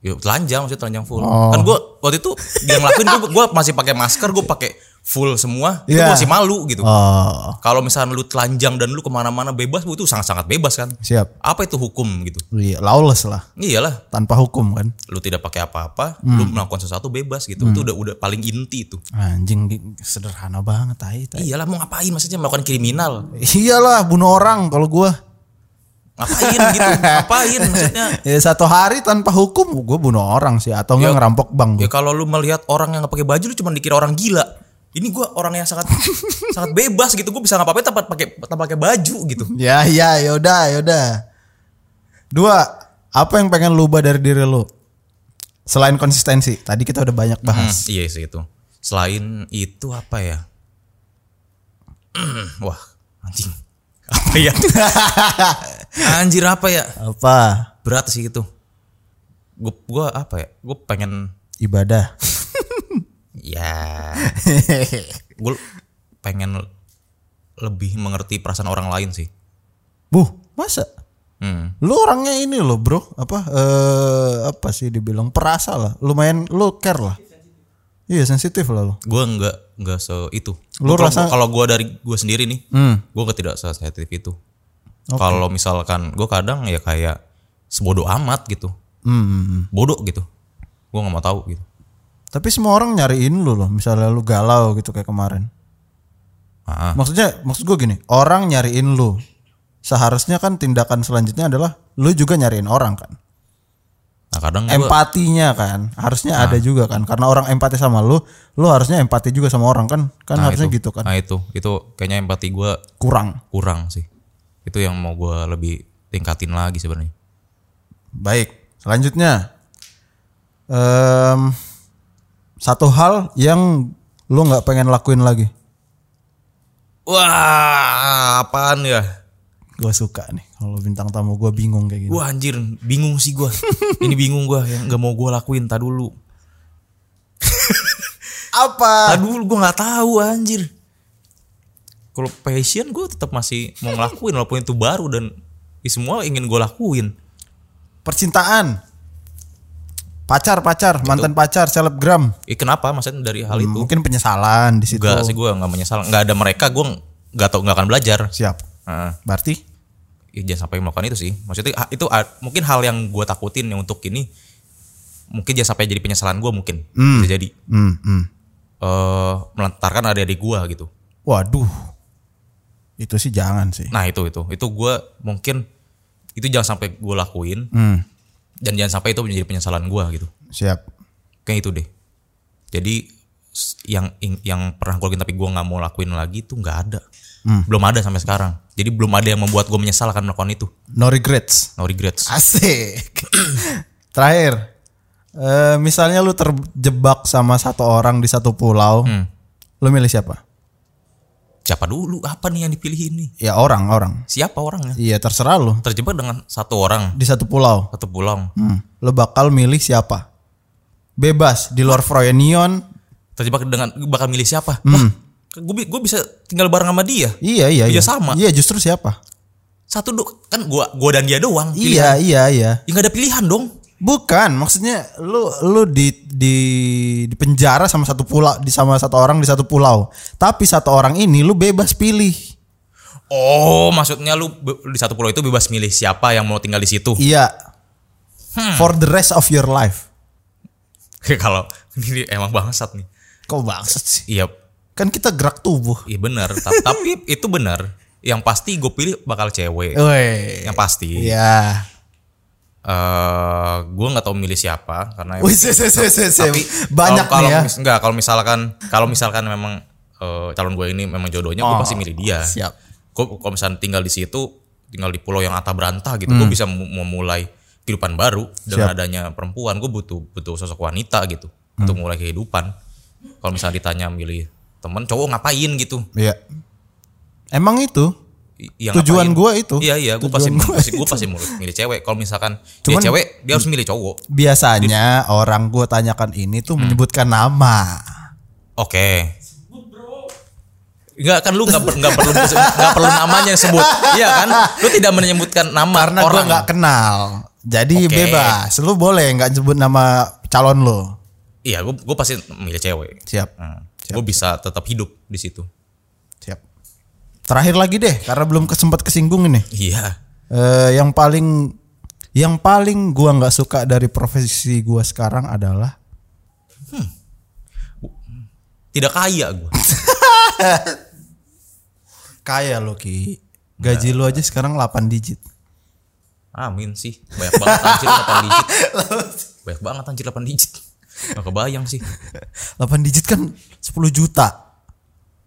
Speaker 2: Ya, telanjang maksudnya telanjang full.
Speaker 1: Oh.
Speaker 2: Kan gue waktu itu dia ngelakuin gue gue masih pakai masker, gue pakai full semua. Itu
Speaker 1: Iya.
Speaker 2: gue masih malu gitu.
Speaker 1: oh
Speaker 2: Kalau misalnya lu telanjang dan lu kemana-mana bebas, itu sangat-sangat bebas kan.
Speaker 1: siap
Speaker 2: Apa itu hukum gitu?
Speaker 1: iya lawless lah
Speaker 2: Iyalah,
Speaker 1: tanpa hukum kan
Speaker 2: lu tidak pakai apa-apa,
Speaker 1: Hmm.
Speaker 2: lu melakukan sesuatu bebas gitu. Itu udah udah paling inti itu.
Speaker 1: anjing di- sederhana banget tai, tai.
Speaker 2: Iyalah mau ngapain maksudnya melakukan kriminal?
Speaker 1: iyalah bunuh orang kalau gua
Speaker 2: Ngapain
Speaker 1: [LAUGHS]
Speaker 2: gitu? Ngapain maksudnya?
Speaker 1: ya satu hari tanpa hukum gua bunuh orang sih atau nggak ngerampok bank gua.
Speaker 2: Ya kalau lu melihat orang yang nggak pakai baju lu cuma dikira orang gila. Ini gua orang yang sangat sangat bebas gitu. Gue bisa ngapain tanpa pakai tanpa pakai baju gitu.
Speaker 1: ya ya yaudah yaudah dua apa yang pengen lu ubah dari diri lu selain konsistensi tadi kita udah banyak bahas
Speaker 2: Hmm, iya sih itu. Selain itu apa ya? [CLEARS THROAT] Hmm, Wah, anjing. Apa ya? Anjir apa ya?
Speaker 1: Mm-hmm. apa
Speaker 2: Berat sih itu. Gue gua apa ya? Gue pengen
Speaker 1: ibadah
Speaker 2: ya gue pengen lebih mengerti perasaan orang lain sih.
Speaker 1: [LAUGHS] buh masa
Speaker 2: Hmm.
Speaker 1: lu orangnya ini loh bro apa eh apa sih dibilang perasa lah lumayan lu care lah iya sensitif lah lu
Speaker 2: gue nggak nggak se itu
Speaker 1: Lu
Speaker 2: Gua-
Speaker 1: rasa-
Speaker 2: kalau gue dari gue sendiri nih
Speaker 1: hmm.
Speaker 2: gue nggak tidak sensitif itu kalau misalkan gue kadang ya kayak sebodoh amat gitu
Speaker 1: hmm.
Speaker 2: bodoh gitu gue nggak mau tahu gitu
Speaker 1: tapi semua orang nyariin lu loh misalnya lu galau gitu kayak kemarin
Speaker 2: ah
Speaker 1: maksudnya maksud gue gini orang nyariin lu seharusnya kan tindakan selanjutnya adalah lu juga nyariin orang kan
Speaker 2: nah kadang gue
Speaker 1: empatinya kan harusnya
Speaker 2: Ah.
Speaker 1: ada juga kan karena orang empati sama lu lu harusnya empati juga sama orang kan kan harusnya gitu kan
Speaker 2: nah itu itu kayaknya empati gue
Speaker 1: kurang
Speaker 2: kurang sih itu yang mau gue lebih tingkatin lagi sebenarnya
Speaker 1: baik selanjutnya Em, satu hal yang lu nggak pengen lakuin lagi
Speaker 2: wah apaan ya
Speaker 1: gue suka nih kalau bintang tamu gue bingung kayak gitu
Speaker 2: wah anjir bingung sih gue ini bingung gue yang nggak mau gue lakuin tak dulu
Speaker 1: [LAUGHS] apa
Speaker 2: Aduh, gue nggak tahu anjir. Kalau passion gue tetap masih mau ngelakuin walaupun itu baru dan ya semua ingin gue lakuin.
Speaker 1: percintaan pacar pacar mantan pacar selebgram
Speaker 2: Eh kenapa? Maksudnya dari hal itu
Speaker 1: mungkin gitu. penyesalan di situ
Speaker 2: enggak sih gue nggak menyesal. Nggak ada mereka gue nggak tau nggak akan belajar.
Speaker 1: siap
Speaker 2: Heeh.
Speaker 1: berarti
Speaker 2: Ya, jangan sampai melakukan itu sih. Maksudnya ha- itu a- mungkin hal yang gue takutin yang untuk ini mungkin jangan sampai jadi penyesalan gue mungkin bisa jadi
Speaker 1: Hmm, hmm.
Speaker 2: eh melantarkan adik-adik gue gitu.
Speaker 1: Waduh. Itu sih jangan sih.
Speaker 2: Nah itu itu itu gue mungkin itu jangan sampai gue lakuin
Speaker 1: Hmm,
Speaker 2: dan jangan sampai itu menjadi penyesalan gue gitu
Speaker 1: siap.
Speaker 2: kayak itu deh jadi s- yang ing- yang pernah gue lakuin tapi gue nggak mau lakuin lagi itu nggak ada belum ada sampai sekarang jadi belum ada yang membuat gue menyesal akan melakukan itu
Speaker 1: No regrets.
Speaker 2: no regrets [COUGHS]
Speaker 1: Asik. Terakhir. Eh, misalnya lu terjebak sama satu orang di satu pulau.
Speaker 2: Hmm.
Speaker 1: Lu milih siapa?
Speaker 2: siapa dulu apa nih yang dipilih ini
Speaker 1: Ya orang, orang.
Speaker 2: siapa orangnya
Speaker 1: Iya, terserah lu.
Speaker 2: terjebak dengan satu orang
Speaker 1: Di satu pulau.
Speaker 2: satu pulau
Speaker 1: Hmm. Lu bakal milih siapa? Bebas di luar Froyenion.
Speaker 2: terjebak dengan bakal milih siapa wah gue gue bisa tinggal bareng sama dia
Speaker 1: Iya, iya, iya.
Speaker 2: Iya, sama.
Speaker 1: Iya, justru siapa?
Speaker 2: satu do kan gue gua dan dia doang
Speaker 1: Iya, iya, iya.
Speaker 2: ya nggak ada pilihan dong
Speaker 1: Bukan, maksudnya lu lu di di di penjara sama satu pulau di sama satu orang di satu pulau. Tapi satu orang ini lu bebas pilih.
Speaker 2: Oh, maksudnya lu be- di satu pulau itu bebas milih [LAUGHS] siapa yang mau tinggal di situ.
Speaker 1: Hmm. Iya. For the rest of your life.
Speaker 2: kalau ini emang bangsat nih.
Speaker 1: Kok bangsat sih?
Speaker 2: Iya,
Speaker 1: Kan kita gerak tubuh.
Speaker 2: iya benar.
Speaker 1: [LAUGHS]
Speaker 2: Ta- tapi itu benar. Yang pasti gue pilih bakal cewek.
Speaker 1: Woi.
Speaker 2: Yang pasti.
Speaker 1: Oh, Iya.
Speaker 2: eh gue nggak tahu milih siapa karena
Speaker 1: Wih, se- se- se- se- se- banyak nih
Speaker 2: kalau,
Speaker 1: ya.
Speaker 2: kalau mis- nggak, kalau misalkan kalau misalkan memang eh, calon gue ini memang jodohnya gue pasti milih dia
Speaker 1: Oh, Siap.
Speaker 2: gue kalau misalkan tinggal di situ tinggal di pulau yang ata berantah gitu
Speaker 1: Hmm.
Speaker 2: gue bisa mu- memulai kehidupan baru dengan adanya perempuan gue butuh butuh sosok wanita gitu
Speaker 1: Hmm.
Speaker 2: untuk mulai kehidupan kalau misalnya ditanya milih temen cowok ngapain gitu
Speaker 1: Iya. Emang itu
Speaker 2: I- yang
Speaker 1: tujuan
Speaker 2: ngapain?
Speaker 1: gue itu.
Speaker 2: iya iya gue pasti
Speaker 1: Tujuan gua
Speaker 2: pasti gue pasti milih milih cewek kalau misalkan
Speaker 1: Cuman-
Speaker 2: dia cewek dia harus milih cowok
Speaker 1: Biasanya orang gue tanyakan ini tuh menyebutkan nama.
Speaker 2: Oke. Enggak kan lu nggak per- nggak perlu nggak perlu namanya yang sebut. Iya kan? Lu tidak menyebutkan nama
Speaker 1: Karena gue
Speaker 2: orang.
Speaker 1: nggak kenal. Jadi
Speaker 2: Oke.
Speaker 1: bebas. Lu boleh nggak nyebut nama calon lo.
Speaker 2: Iya, gua gua pasti milih cewek.
Speaker 1: Siap.
Speaker 2: Hmm. Gua bisa tetap hidup di situ.
Speaker 1: Siap. Terakhir lagi deh, karena belum sempat kesinggung ini.
Speaker 2: Iya.
Speaker 1: Eh, yang paling yang paling gua nggak suka dari profesi gua sekarang adalah
Speaker 2: Tidak kaya gua.
Speaker 1: kaya lo ki. Gaji lo aja sekarang 8 digit. [LAUGHS]
Speaker 2: Amin sih. Banyak banget anjir 8 digit. Banyak banget anjir 8 digit. Gak kebayang sih.
Speaker 1: 8 digit kan 10 juta.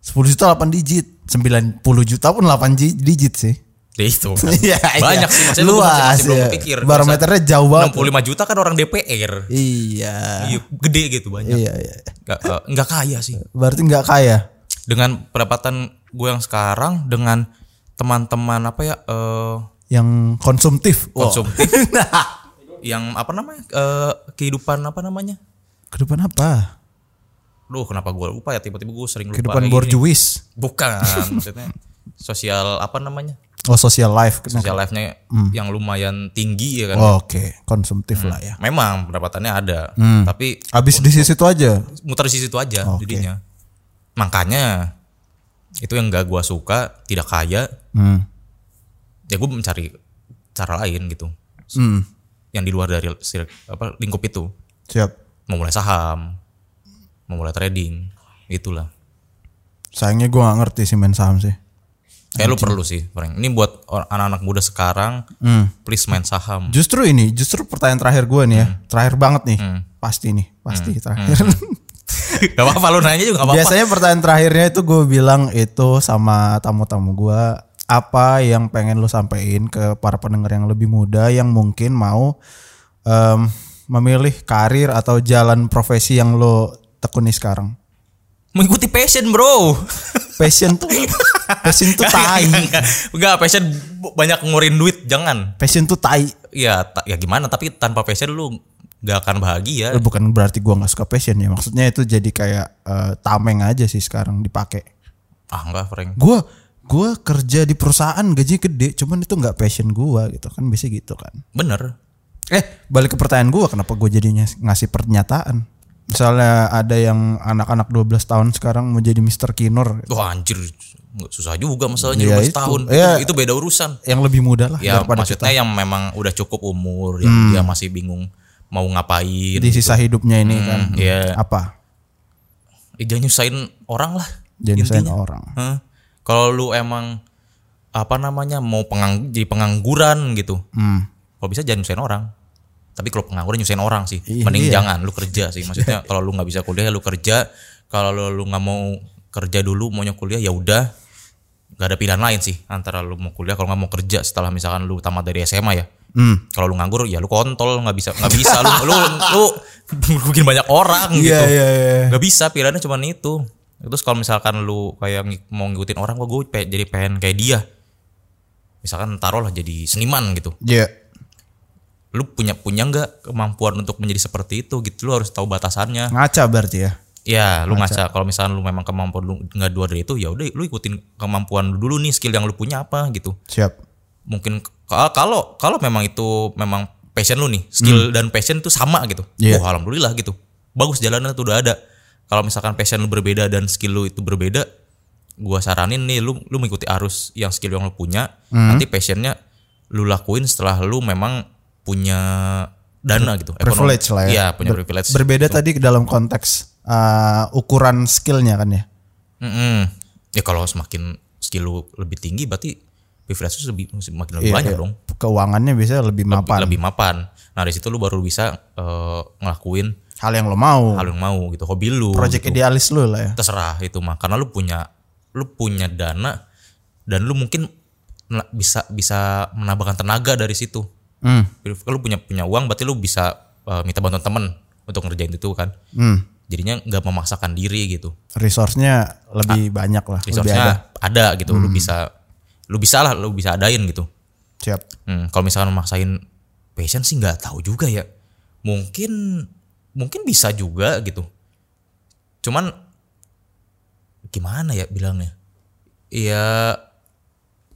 Speaker 1: 10 juta 8 digit. 90 juta pun 8 ji- digit sih. [LAUGHS]
Speaker 2: Ya itu. kan.
Speaker 1: Iya, iya.
Speaker 2: Banyak sih maksudnya gua
Speaker 1: Luas,
Speaker 2: masih, masih belum
Speaker 1: iya.
Speaker 2: pikir.
Speaker 1: Barometernya jauh banget.
Speaker 2: 65 juta kan orang DPR.
Speaker 1: Iya.
Speaker 2: Iya, gede gitu banyak.
Speaker 1: Iya, iya.
Speaker 2: Nggak- eh, nggak kaya sih.
Speaker 1: Berarti nggak kaya.
Speaker 2: dengan pendapatan gue yang sekarang dengan teman-teman apa ya eh
Speaker 1: Yang konsumtif. Oh, Wah, [LAUGHS]
Speaker 2: konsumtif
Speaker 1: Nah.
Speaker 2: yang apa namanya eh, kehidupan apa namanya
Speaker 1: ke depan apa?
Speaker 2: Duh kenapa gue lupa ya tiba-tiba gue sering lupa
Speaker 1: Kehidupan
Speaker 2: kayak gini.
Speaker 1: borjuis.
Speaker 2: bukan
Speaker 1: [LAUGHS]
Speaker 2: maksudnya sosial apa namanya
Speaker 1: Oh, social life.
Speaker 2: sosial life-nya yang lumayan tinggi ya kan
Speaker 1: Hmm. Oh, Oke, konsumtif lah ya.
Speaker 2: memang pendapatannya ada tapi
Speaker 1: Abis di situ aja.
Speaker 2: muter di situ aja
Speaker 1: Hmm. Oke.
Speaker 2: jadinya makanya itu yang gak gue suka tidak kaya
Speaker 1: Hmm.
Speaker 2: ya gue mencari cara lain gitu
Speaker 1: Hmm.
Speaker 2: yang di luar dari sir- apa lingkup itu
Speaker 1: Siap.
Speaker 2: memulai saham memulai trading itulah
Speaker 1: Sayangnya gua nggak ngerti sih main saham sih.
Speaker 2: kayak lu perlu sih Frank ini buat or- anak-anak muda sekarang
Speaker 1: Hmm.
Speaker 2: please main
Speaker 1: [LAUGHS]
Speaker 2: saham
Speaker 1: Justru ini, justru pertanyaan terakhir gua nih ya. Terakhir banget nih. Pasti nih, pasti terakhir.
Speaker 2: gak apa-apa lu nanya juga gak apa-apa
Speaker 1: Biasanya pertanyaan terakhirnya itu gue bilang itu sama tamu-tamu gua apa yang pengen lu sampein ke para pendengar yang lebih muda yang mungkin mau em, memilih karir atau jalan profesi yang lo tekuni sekarang.
Speaker 2: mengikuti passion bro
Speaker 1: Passion tuh passion tuh [LAUGHS] tai.
Speaker 2: Enggak, passion b- banyak ngurin duit jangan
Speaker 1: Passion tuh tai.
Speaker 2: ya ta- ya gimana tapi tanpa passion lu gak akan bahagia
Speaker 1: Eh, bukan berarti gua nggak suka passion ya maksudnya itu jadi kayak eh, tameng aja sih sekarang dipakai
Speaker 2: ah enggak Frank
Speaker 1: gua gua kerja di perusahaan gaji gede cuman itu nggak passion gua gitu kan biasa gitu kan
Speaker 2: bener
Speaker 1: eh balik ke pertanyaan gua kenapa gua jadinya ngasih pernyataan misalnya ada yang anak-anak 12 tahun sekarang mau jadi Mr. Kinor
Speaker 2: wah anjir nggak- susah juga masalahnya
Speaker 1: Iya,
Speaker 2: 12
Speaker 1: itu.
Speaker 2: tahun
Speaker 1: Iya.
Speaker 2: itu beda urusan
Speaker 1: yang lebih muda lah
Speaker 2: ya
Speaker 1: daripada kita Hmm.
Speaker 2: maksudnya yang memang udah cukup umur yang dia masih bingung mau ngapain
Speaker 1: di sisa hidupnya ini kan
Speaker 2: gitu. iya.
Speaker 1: apa
Speaker 2: Eh, jangan nyusahin orang lah
Speaker 1: jadi saya orang
Speaker 2: Hah? kalau lu emang apa namanya mau pengang jadi pengangguran gitu
Speaker 1: hmm.
Speaker 2: kalau bisa jangan nyusahin orang tapi kalau pengangguran nyusahin orang sih
Speaker 1: Iya,
Speaker 2: mending jangan lu kerja sih
Speaker 1: [LAUGHS]
Speaker 2: maksudnya kalau lu nggak bisa kuliah ya lu kerja kalau lu lu nggak mau kerja dulu maunya kuliah ya udah nggak ada pilihan lain sih antara lu mau kuliah kalau nggak mau kerja setelah misalkan lu tamat dari SMA ya
Speaker 1: Hmm.
Speaker 2: kalau lu nganggur ya lu kontol nggak bisa nggak bisa lu lu lu mungkin banyak orang
Speaker 1: iya
Speaker 2: gitu
Speaker 1: iya iya
Speaker 2: nggak bisa pilihannya cuma itu terus kalau misalkan lu kayak ngi- mau ngikutin orang gua gue pe- jadi pengen kayak dia misalkan taruh lah jadi seniman gitu
Speaker 1: Iya.
Speaker 2: lu punya punya nggak kemampuan untuk menjadi seperti itu gitu lu harus tahu batasannya
Speaker 1: ngaca berarti ya
Speaker 2: ya lu ngaca kalau misalkan lu memang kemampuan lu nggak dua dari itu ya udah lu ikutin kemampuan lu dulu nih skill yang lu punya apa gitu
Speaker 1: siap
Speaker 2: mungkin ka- kalau kalau memang itu memang passion lu nih skill dan passion itu sama gitu
Speaker 1: Hmm. Iya.
Speaker 2: Wah, alhamdulillah gitu bagus jalannya tuh udah ada kalau misalkan passion lu berbeda dan skill lu itu berbeda gua saranin nih lu lu mengikuti arus yang skill
Speaker 1: Hmm.
Speaker 2: yang lu punya nanti passionnya lu lakuin setelah lu memang punya dana gitu. ekonomi.
Speaker 1: privilege lah ya.
Speaker 2: Iya, punya
Speaker 1: Ber-
Speaker 2: privilege.
Speaker 1: Berbeda tadi dalam konteks eh, ukuran skillnya kan ya.
Speaker 2: Mm-mm. Ya kalau semakin skill lu lebih tinggi berarti privilege lu lebih semakin lebih
Speaker 1: Iya,
Speaker 2: banyak
Speaker 1: iya.
Speaker 2: dong.
Speaker 1: Keuangannya biasanya lebih
Speaker 2: Lebih-
Speaker 1: mapan.
Speaker 2: Lebih mapan. Nah, dari situ lu baru bisa eh, ngelakuin
Speaker 1: Hal yang lo mau.
Speaker 2: hal yang mau gitu, hobi lu.
Speaker 1: Project idealis lo lah ya.
Speaker 2: terserah itu mah karena lu punya lu punya dana dan lu mungkin mena- bisa bisa menambahkan tenaga dari situ
Speaker 1: Hmm.
Speaker 2: kalau lu punya punya uang berarti lu bisa eh, minta bantuan temen untuk ngerjain itu kan
Speaker 1: Hmm.
Speaker 2: jadinya nggak memaksakan diri gitu
Speaker 1: Resource-nya lebih banyak lah. Lebih ada. Hmm.
Speaker 2: Ah. resource-nya ada. gitu lu bisa lu bisa lah lu bisa adain gitu
Speaker 1: Siap.
Speaker 2: Hmm, kalau misalkan memaksain passion sih nggak tahu juga ya. Mungkin mungkin bisa juga gitu. Cuman gimana ya bilangnya? Iya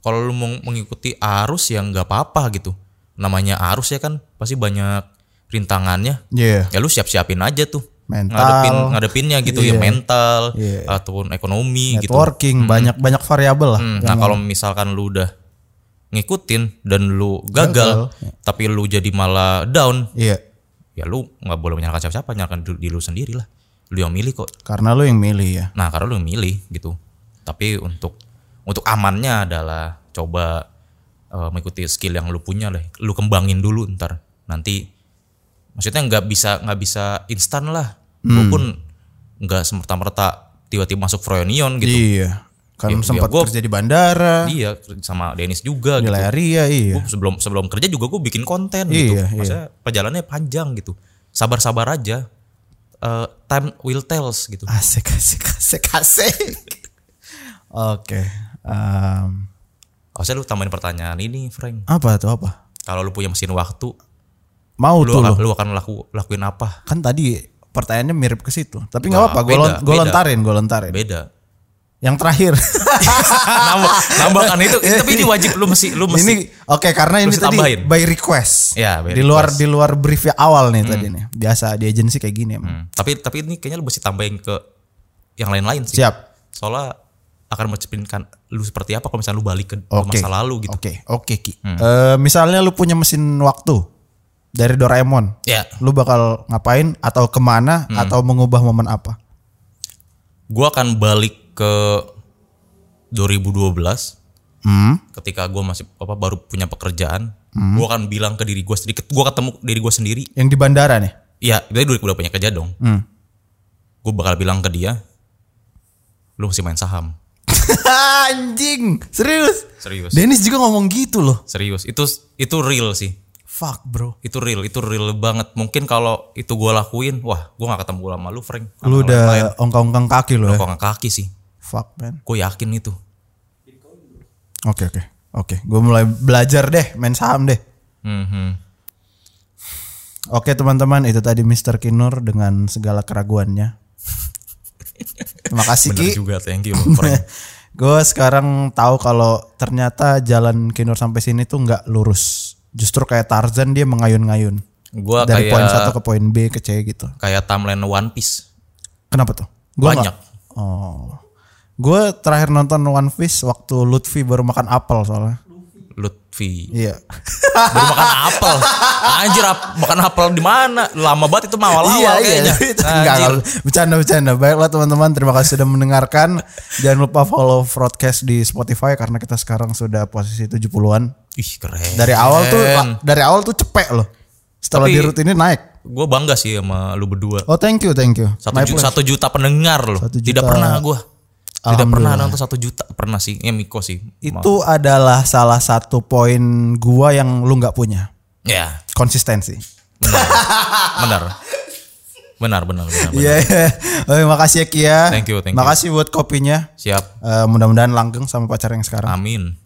Speaker 2: kalau lu mau mengikuti arus ya nggak apa-apa gitu. Namanya arus ya kan pasti banyak rintangannya.
Speaker 1: Iya.
Speaker 2: Ya lu siap-siapin aja tuh.
Speaker 1: Mental.
Speaker 2: Ngadepin ngadepinnya gitu ya
Speaker 1: Iya.
Speaker 2: mental
Speaker 1: Iya.
Speaker 2: ataupun ekonomi gitu.
Speaker 1: Networking banyak banyak variabel lah.
Speaker 2: Hmm, nah kalau misalkan lu udah ngikutin dan lu gagal, tapi lu jadi malah down,
Speaker 1: Iya.
Speaker 2: ya lu nggak boleh menyalahkan siapa-siapa, nyalahkan diri lu sendiri lah. Lu yang milih kok.
Speaker 1: Karena lo yang milih ya.
Speaker 2: Nah karena lu yang milih gitu. Tapi untuk untuk amannya adalah coba eh, mengikuti skill yang lu punya lah. Lu kembangin dulu ntar. Nanti maksudnya nggak bisa nggak bisa instan lah. Lu pun nggak semerta-merta tiba-tiba masuk Froyonion gitu.
Speaker 1: Iya. Kan
Speaker 2: Iya,
Speaker 1: sempat
Speaker 2: iya, gua-
Speaker 1: kerja di bandara,
Speaker 2: Iya sama Dennis juga
Speaker 1: di
Speaker 2: gitu.
Speaker 1: Laria, iya.
Speaker 2: Gua sebelum sebelum kerja juga gue bikin konten gitu.
Speaker 1: Iya, iya.
Speaker 2: Maksudnya perjalanannya panjang gitu. Sabar-sabar aja. Eh, time will tells gitu.
Speaker 1: Asik, asik, asik, asik. Oke. Em,
Speaker 2: Harusnya lu tambahin pertanyaan ini, Frank.
Speaker 1: apa tuh apa?
Speaker 2: Kalau lu punya mesin waktu,
Speaker 1: Mau tuh
Speaker 2: lu
Speaker 1: lo.
Speaker 2: akan, lu akan laku, lakuin apa?
Speaker 1: Kan tadi pertanyaannya mirip ke situ. Tapi nggak apa-apa, gue
Speaker 2: beda,
Speaker 1: lon- gue
Speaker 2: beda.
Speaker 1: lontarin, gue lontarin. [LAUGHS]
Speaker 2: Beda.
Speaker 1: Yang
Speaker 2: [LAUGHS]
Speaker 1: terakhir.
Speaker 2: Nambah, nambahkan itu. Tapi ini wajib lu mesti lu mesti.
Speaker 1: Iya. ini oke karena ini
Speaker 2: mesti
Speaker 1: tadi
Speaker 2: tambahin.
Speaker 1: by request.
Speaker 2: Ya, by
Speaker 1: di luar di luar brief ya awal nih tadi nih. Biasa di agensi kayak gini emang.
Speaker 2: Hmm, Tapi tapi ini kayaknya lu mesti tambahin ke yang lain-lain sih.
Speaker 1: Siap.
Speaker 2: Soalnya akan mencerminkan lu seperti apa kalau misalnya lu balik ke
Speaker 1: Oke.
Speaker 2: masa lalu gitu.
Speaker 1: Oke, oke Ki. Eh, misalnya lu punya mesin waktu dari Doraemon.
Speaker 2: Ya.
Speaker 1: Lu bakal ngapain atau kemana
Speaker 2: Hmm.
Speaker 1: atau mengubah momen apa?
Speaker 2: gue akan balik ke 2012
Speaker 1: Hmm.
Speaker 2: ketika gue masih apa baru punya pekerjaan gue akan bilang ke diri gue sendiri gue ketemu diri gue sendiri
Speaker 1: Yang di bandara nih. [LAUGHS]
Speaker 2: ya dari dulu udah punya kerja dong
Speaker 1: Hmm.
Speaker 2: gue bakal bilang ke dia lu mesti main saham
Speaker 1: Anjing, serius.
Speaker 2: serius
Speaker 1: Dennis juga ngomong gitu loh.
Speaker 2: serius itu itu real sih
Speaker 1: Fuck, bro.
Speaker 2: itu real itu real banget mungkin kalau itu gue lakuin wah gue nggak ketemu lama lu Frank
Speaker 1: Lu udah ongkang-ongkang kaki lo ya.
Speaker 2: kok kaki sih
Speaker 1: Fuck, man.
Speaker 2: gue yakin itu
Speaker 1: Oke, oke. Oke, gue mulai belajar deh main saham deh.
Speaker 2: Mhm.
Speaker 1: Oke teman-teman, itu tadi Mr. Kinur dengan segala
Speaker 2: [LAUGHS]
Speaker 1: keraguannya. Terima kasih Ki.
Speaker 2: bener juga thank you Frank
Speaker 1: [LAUGHS] gue sekarang tahu kalau ternyata jalan Kinur sampai sini tuh nggak lurus. Justru kayak Tarzan dia mengayun-ngayun
Speaker 2: gue
Speaker 1: dari
Speaker 2: kayak
Speaker 1: poin satu ke poin B ke C gitu.
Speaker 2: kayak timeline One Piece
Speaker 1: Kenapa tuh? Gua
Speaker 2: Banyak.
Speaker 1: nggak- Oh, gue terakhir nonton One Piece waktu Lutfi baru makan apel soalnya.
Speaker 2: Lutfi
Speaker 1: Iya.
Speaker 2: baru makan apel anjir ap- makan apel di mana lama banget itu mah
Speaker 1: [LAUGHS]
Speaker 2: awal-awal Oh, kayaknya
Speaker 1: Iya, Enggak,
Speaker 2: anjir
Speaker 1: bercanda bercanda. Baiklah teman-teman, terima kasih sudah mendengarkan. Jangan lupa follow broadcast di Spotify karena kita sekarang sudah posisi 70-an.
Speaker 2: ih keren
Speaker 1: Dari awal tuh ah, dari awal tuh cepek loh. Setelah
Speaker 2: Tapi-
Speaker 1: di rutinin naik.
Speaker 2: gue bangga sih sama lu berdua
Speaker 1: Oh, thank you, thank you.
Speaker 2: satu,
Speaker 1: My
Speaker 2: ju-
Speaker 1: pleasure.
Speaker 2: satu juta pendengar loh
Speaker 1: Satu
Speaker 2: tidak
Speaker 1: juta.
Speaker 2: pernah gue tidak
Speaker 1: Alhamdulillah.
Speaker 2: pernah nonton satu juta pernah sih ya Miko sih
Speaker 1: Itu adalah salah satu poin gua yang lu nggak punya.
Speaker 2: ya
Speaker 1: Konsistensi.
Speaker 2: benar benar benar benar, benar.
Speaker 1: Iya. iya. Oh, Terima kasih ya Kia.
Speaker 2: Thank you, thank you.
Speaker 1: Makasih buat kopinya.
Speaker 2: siap
Speaker 1: Eh, mudah-mudahan langgeng sama pacar yang sekarang.
Speaker 2: amin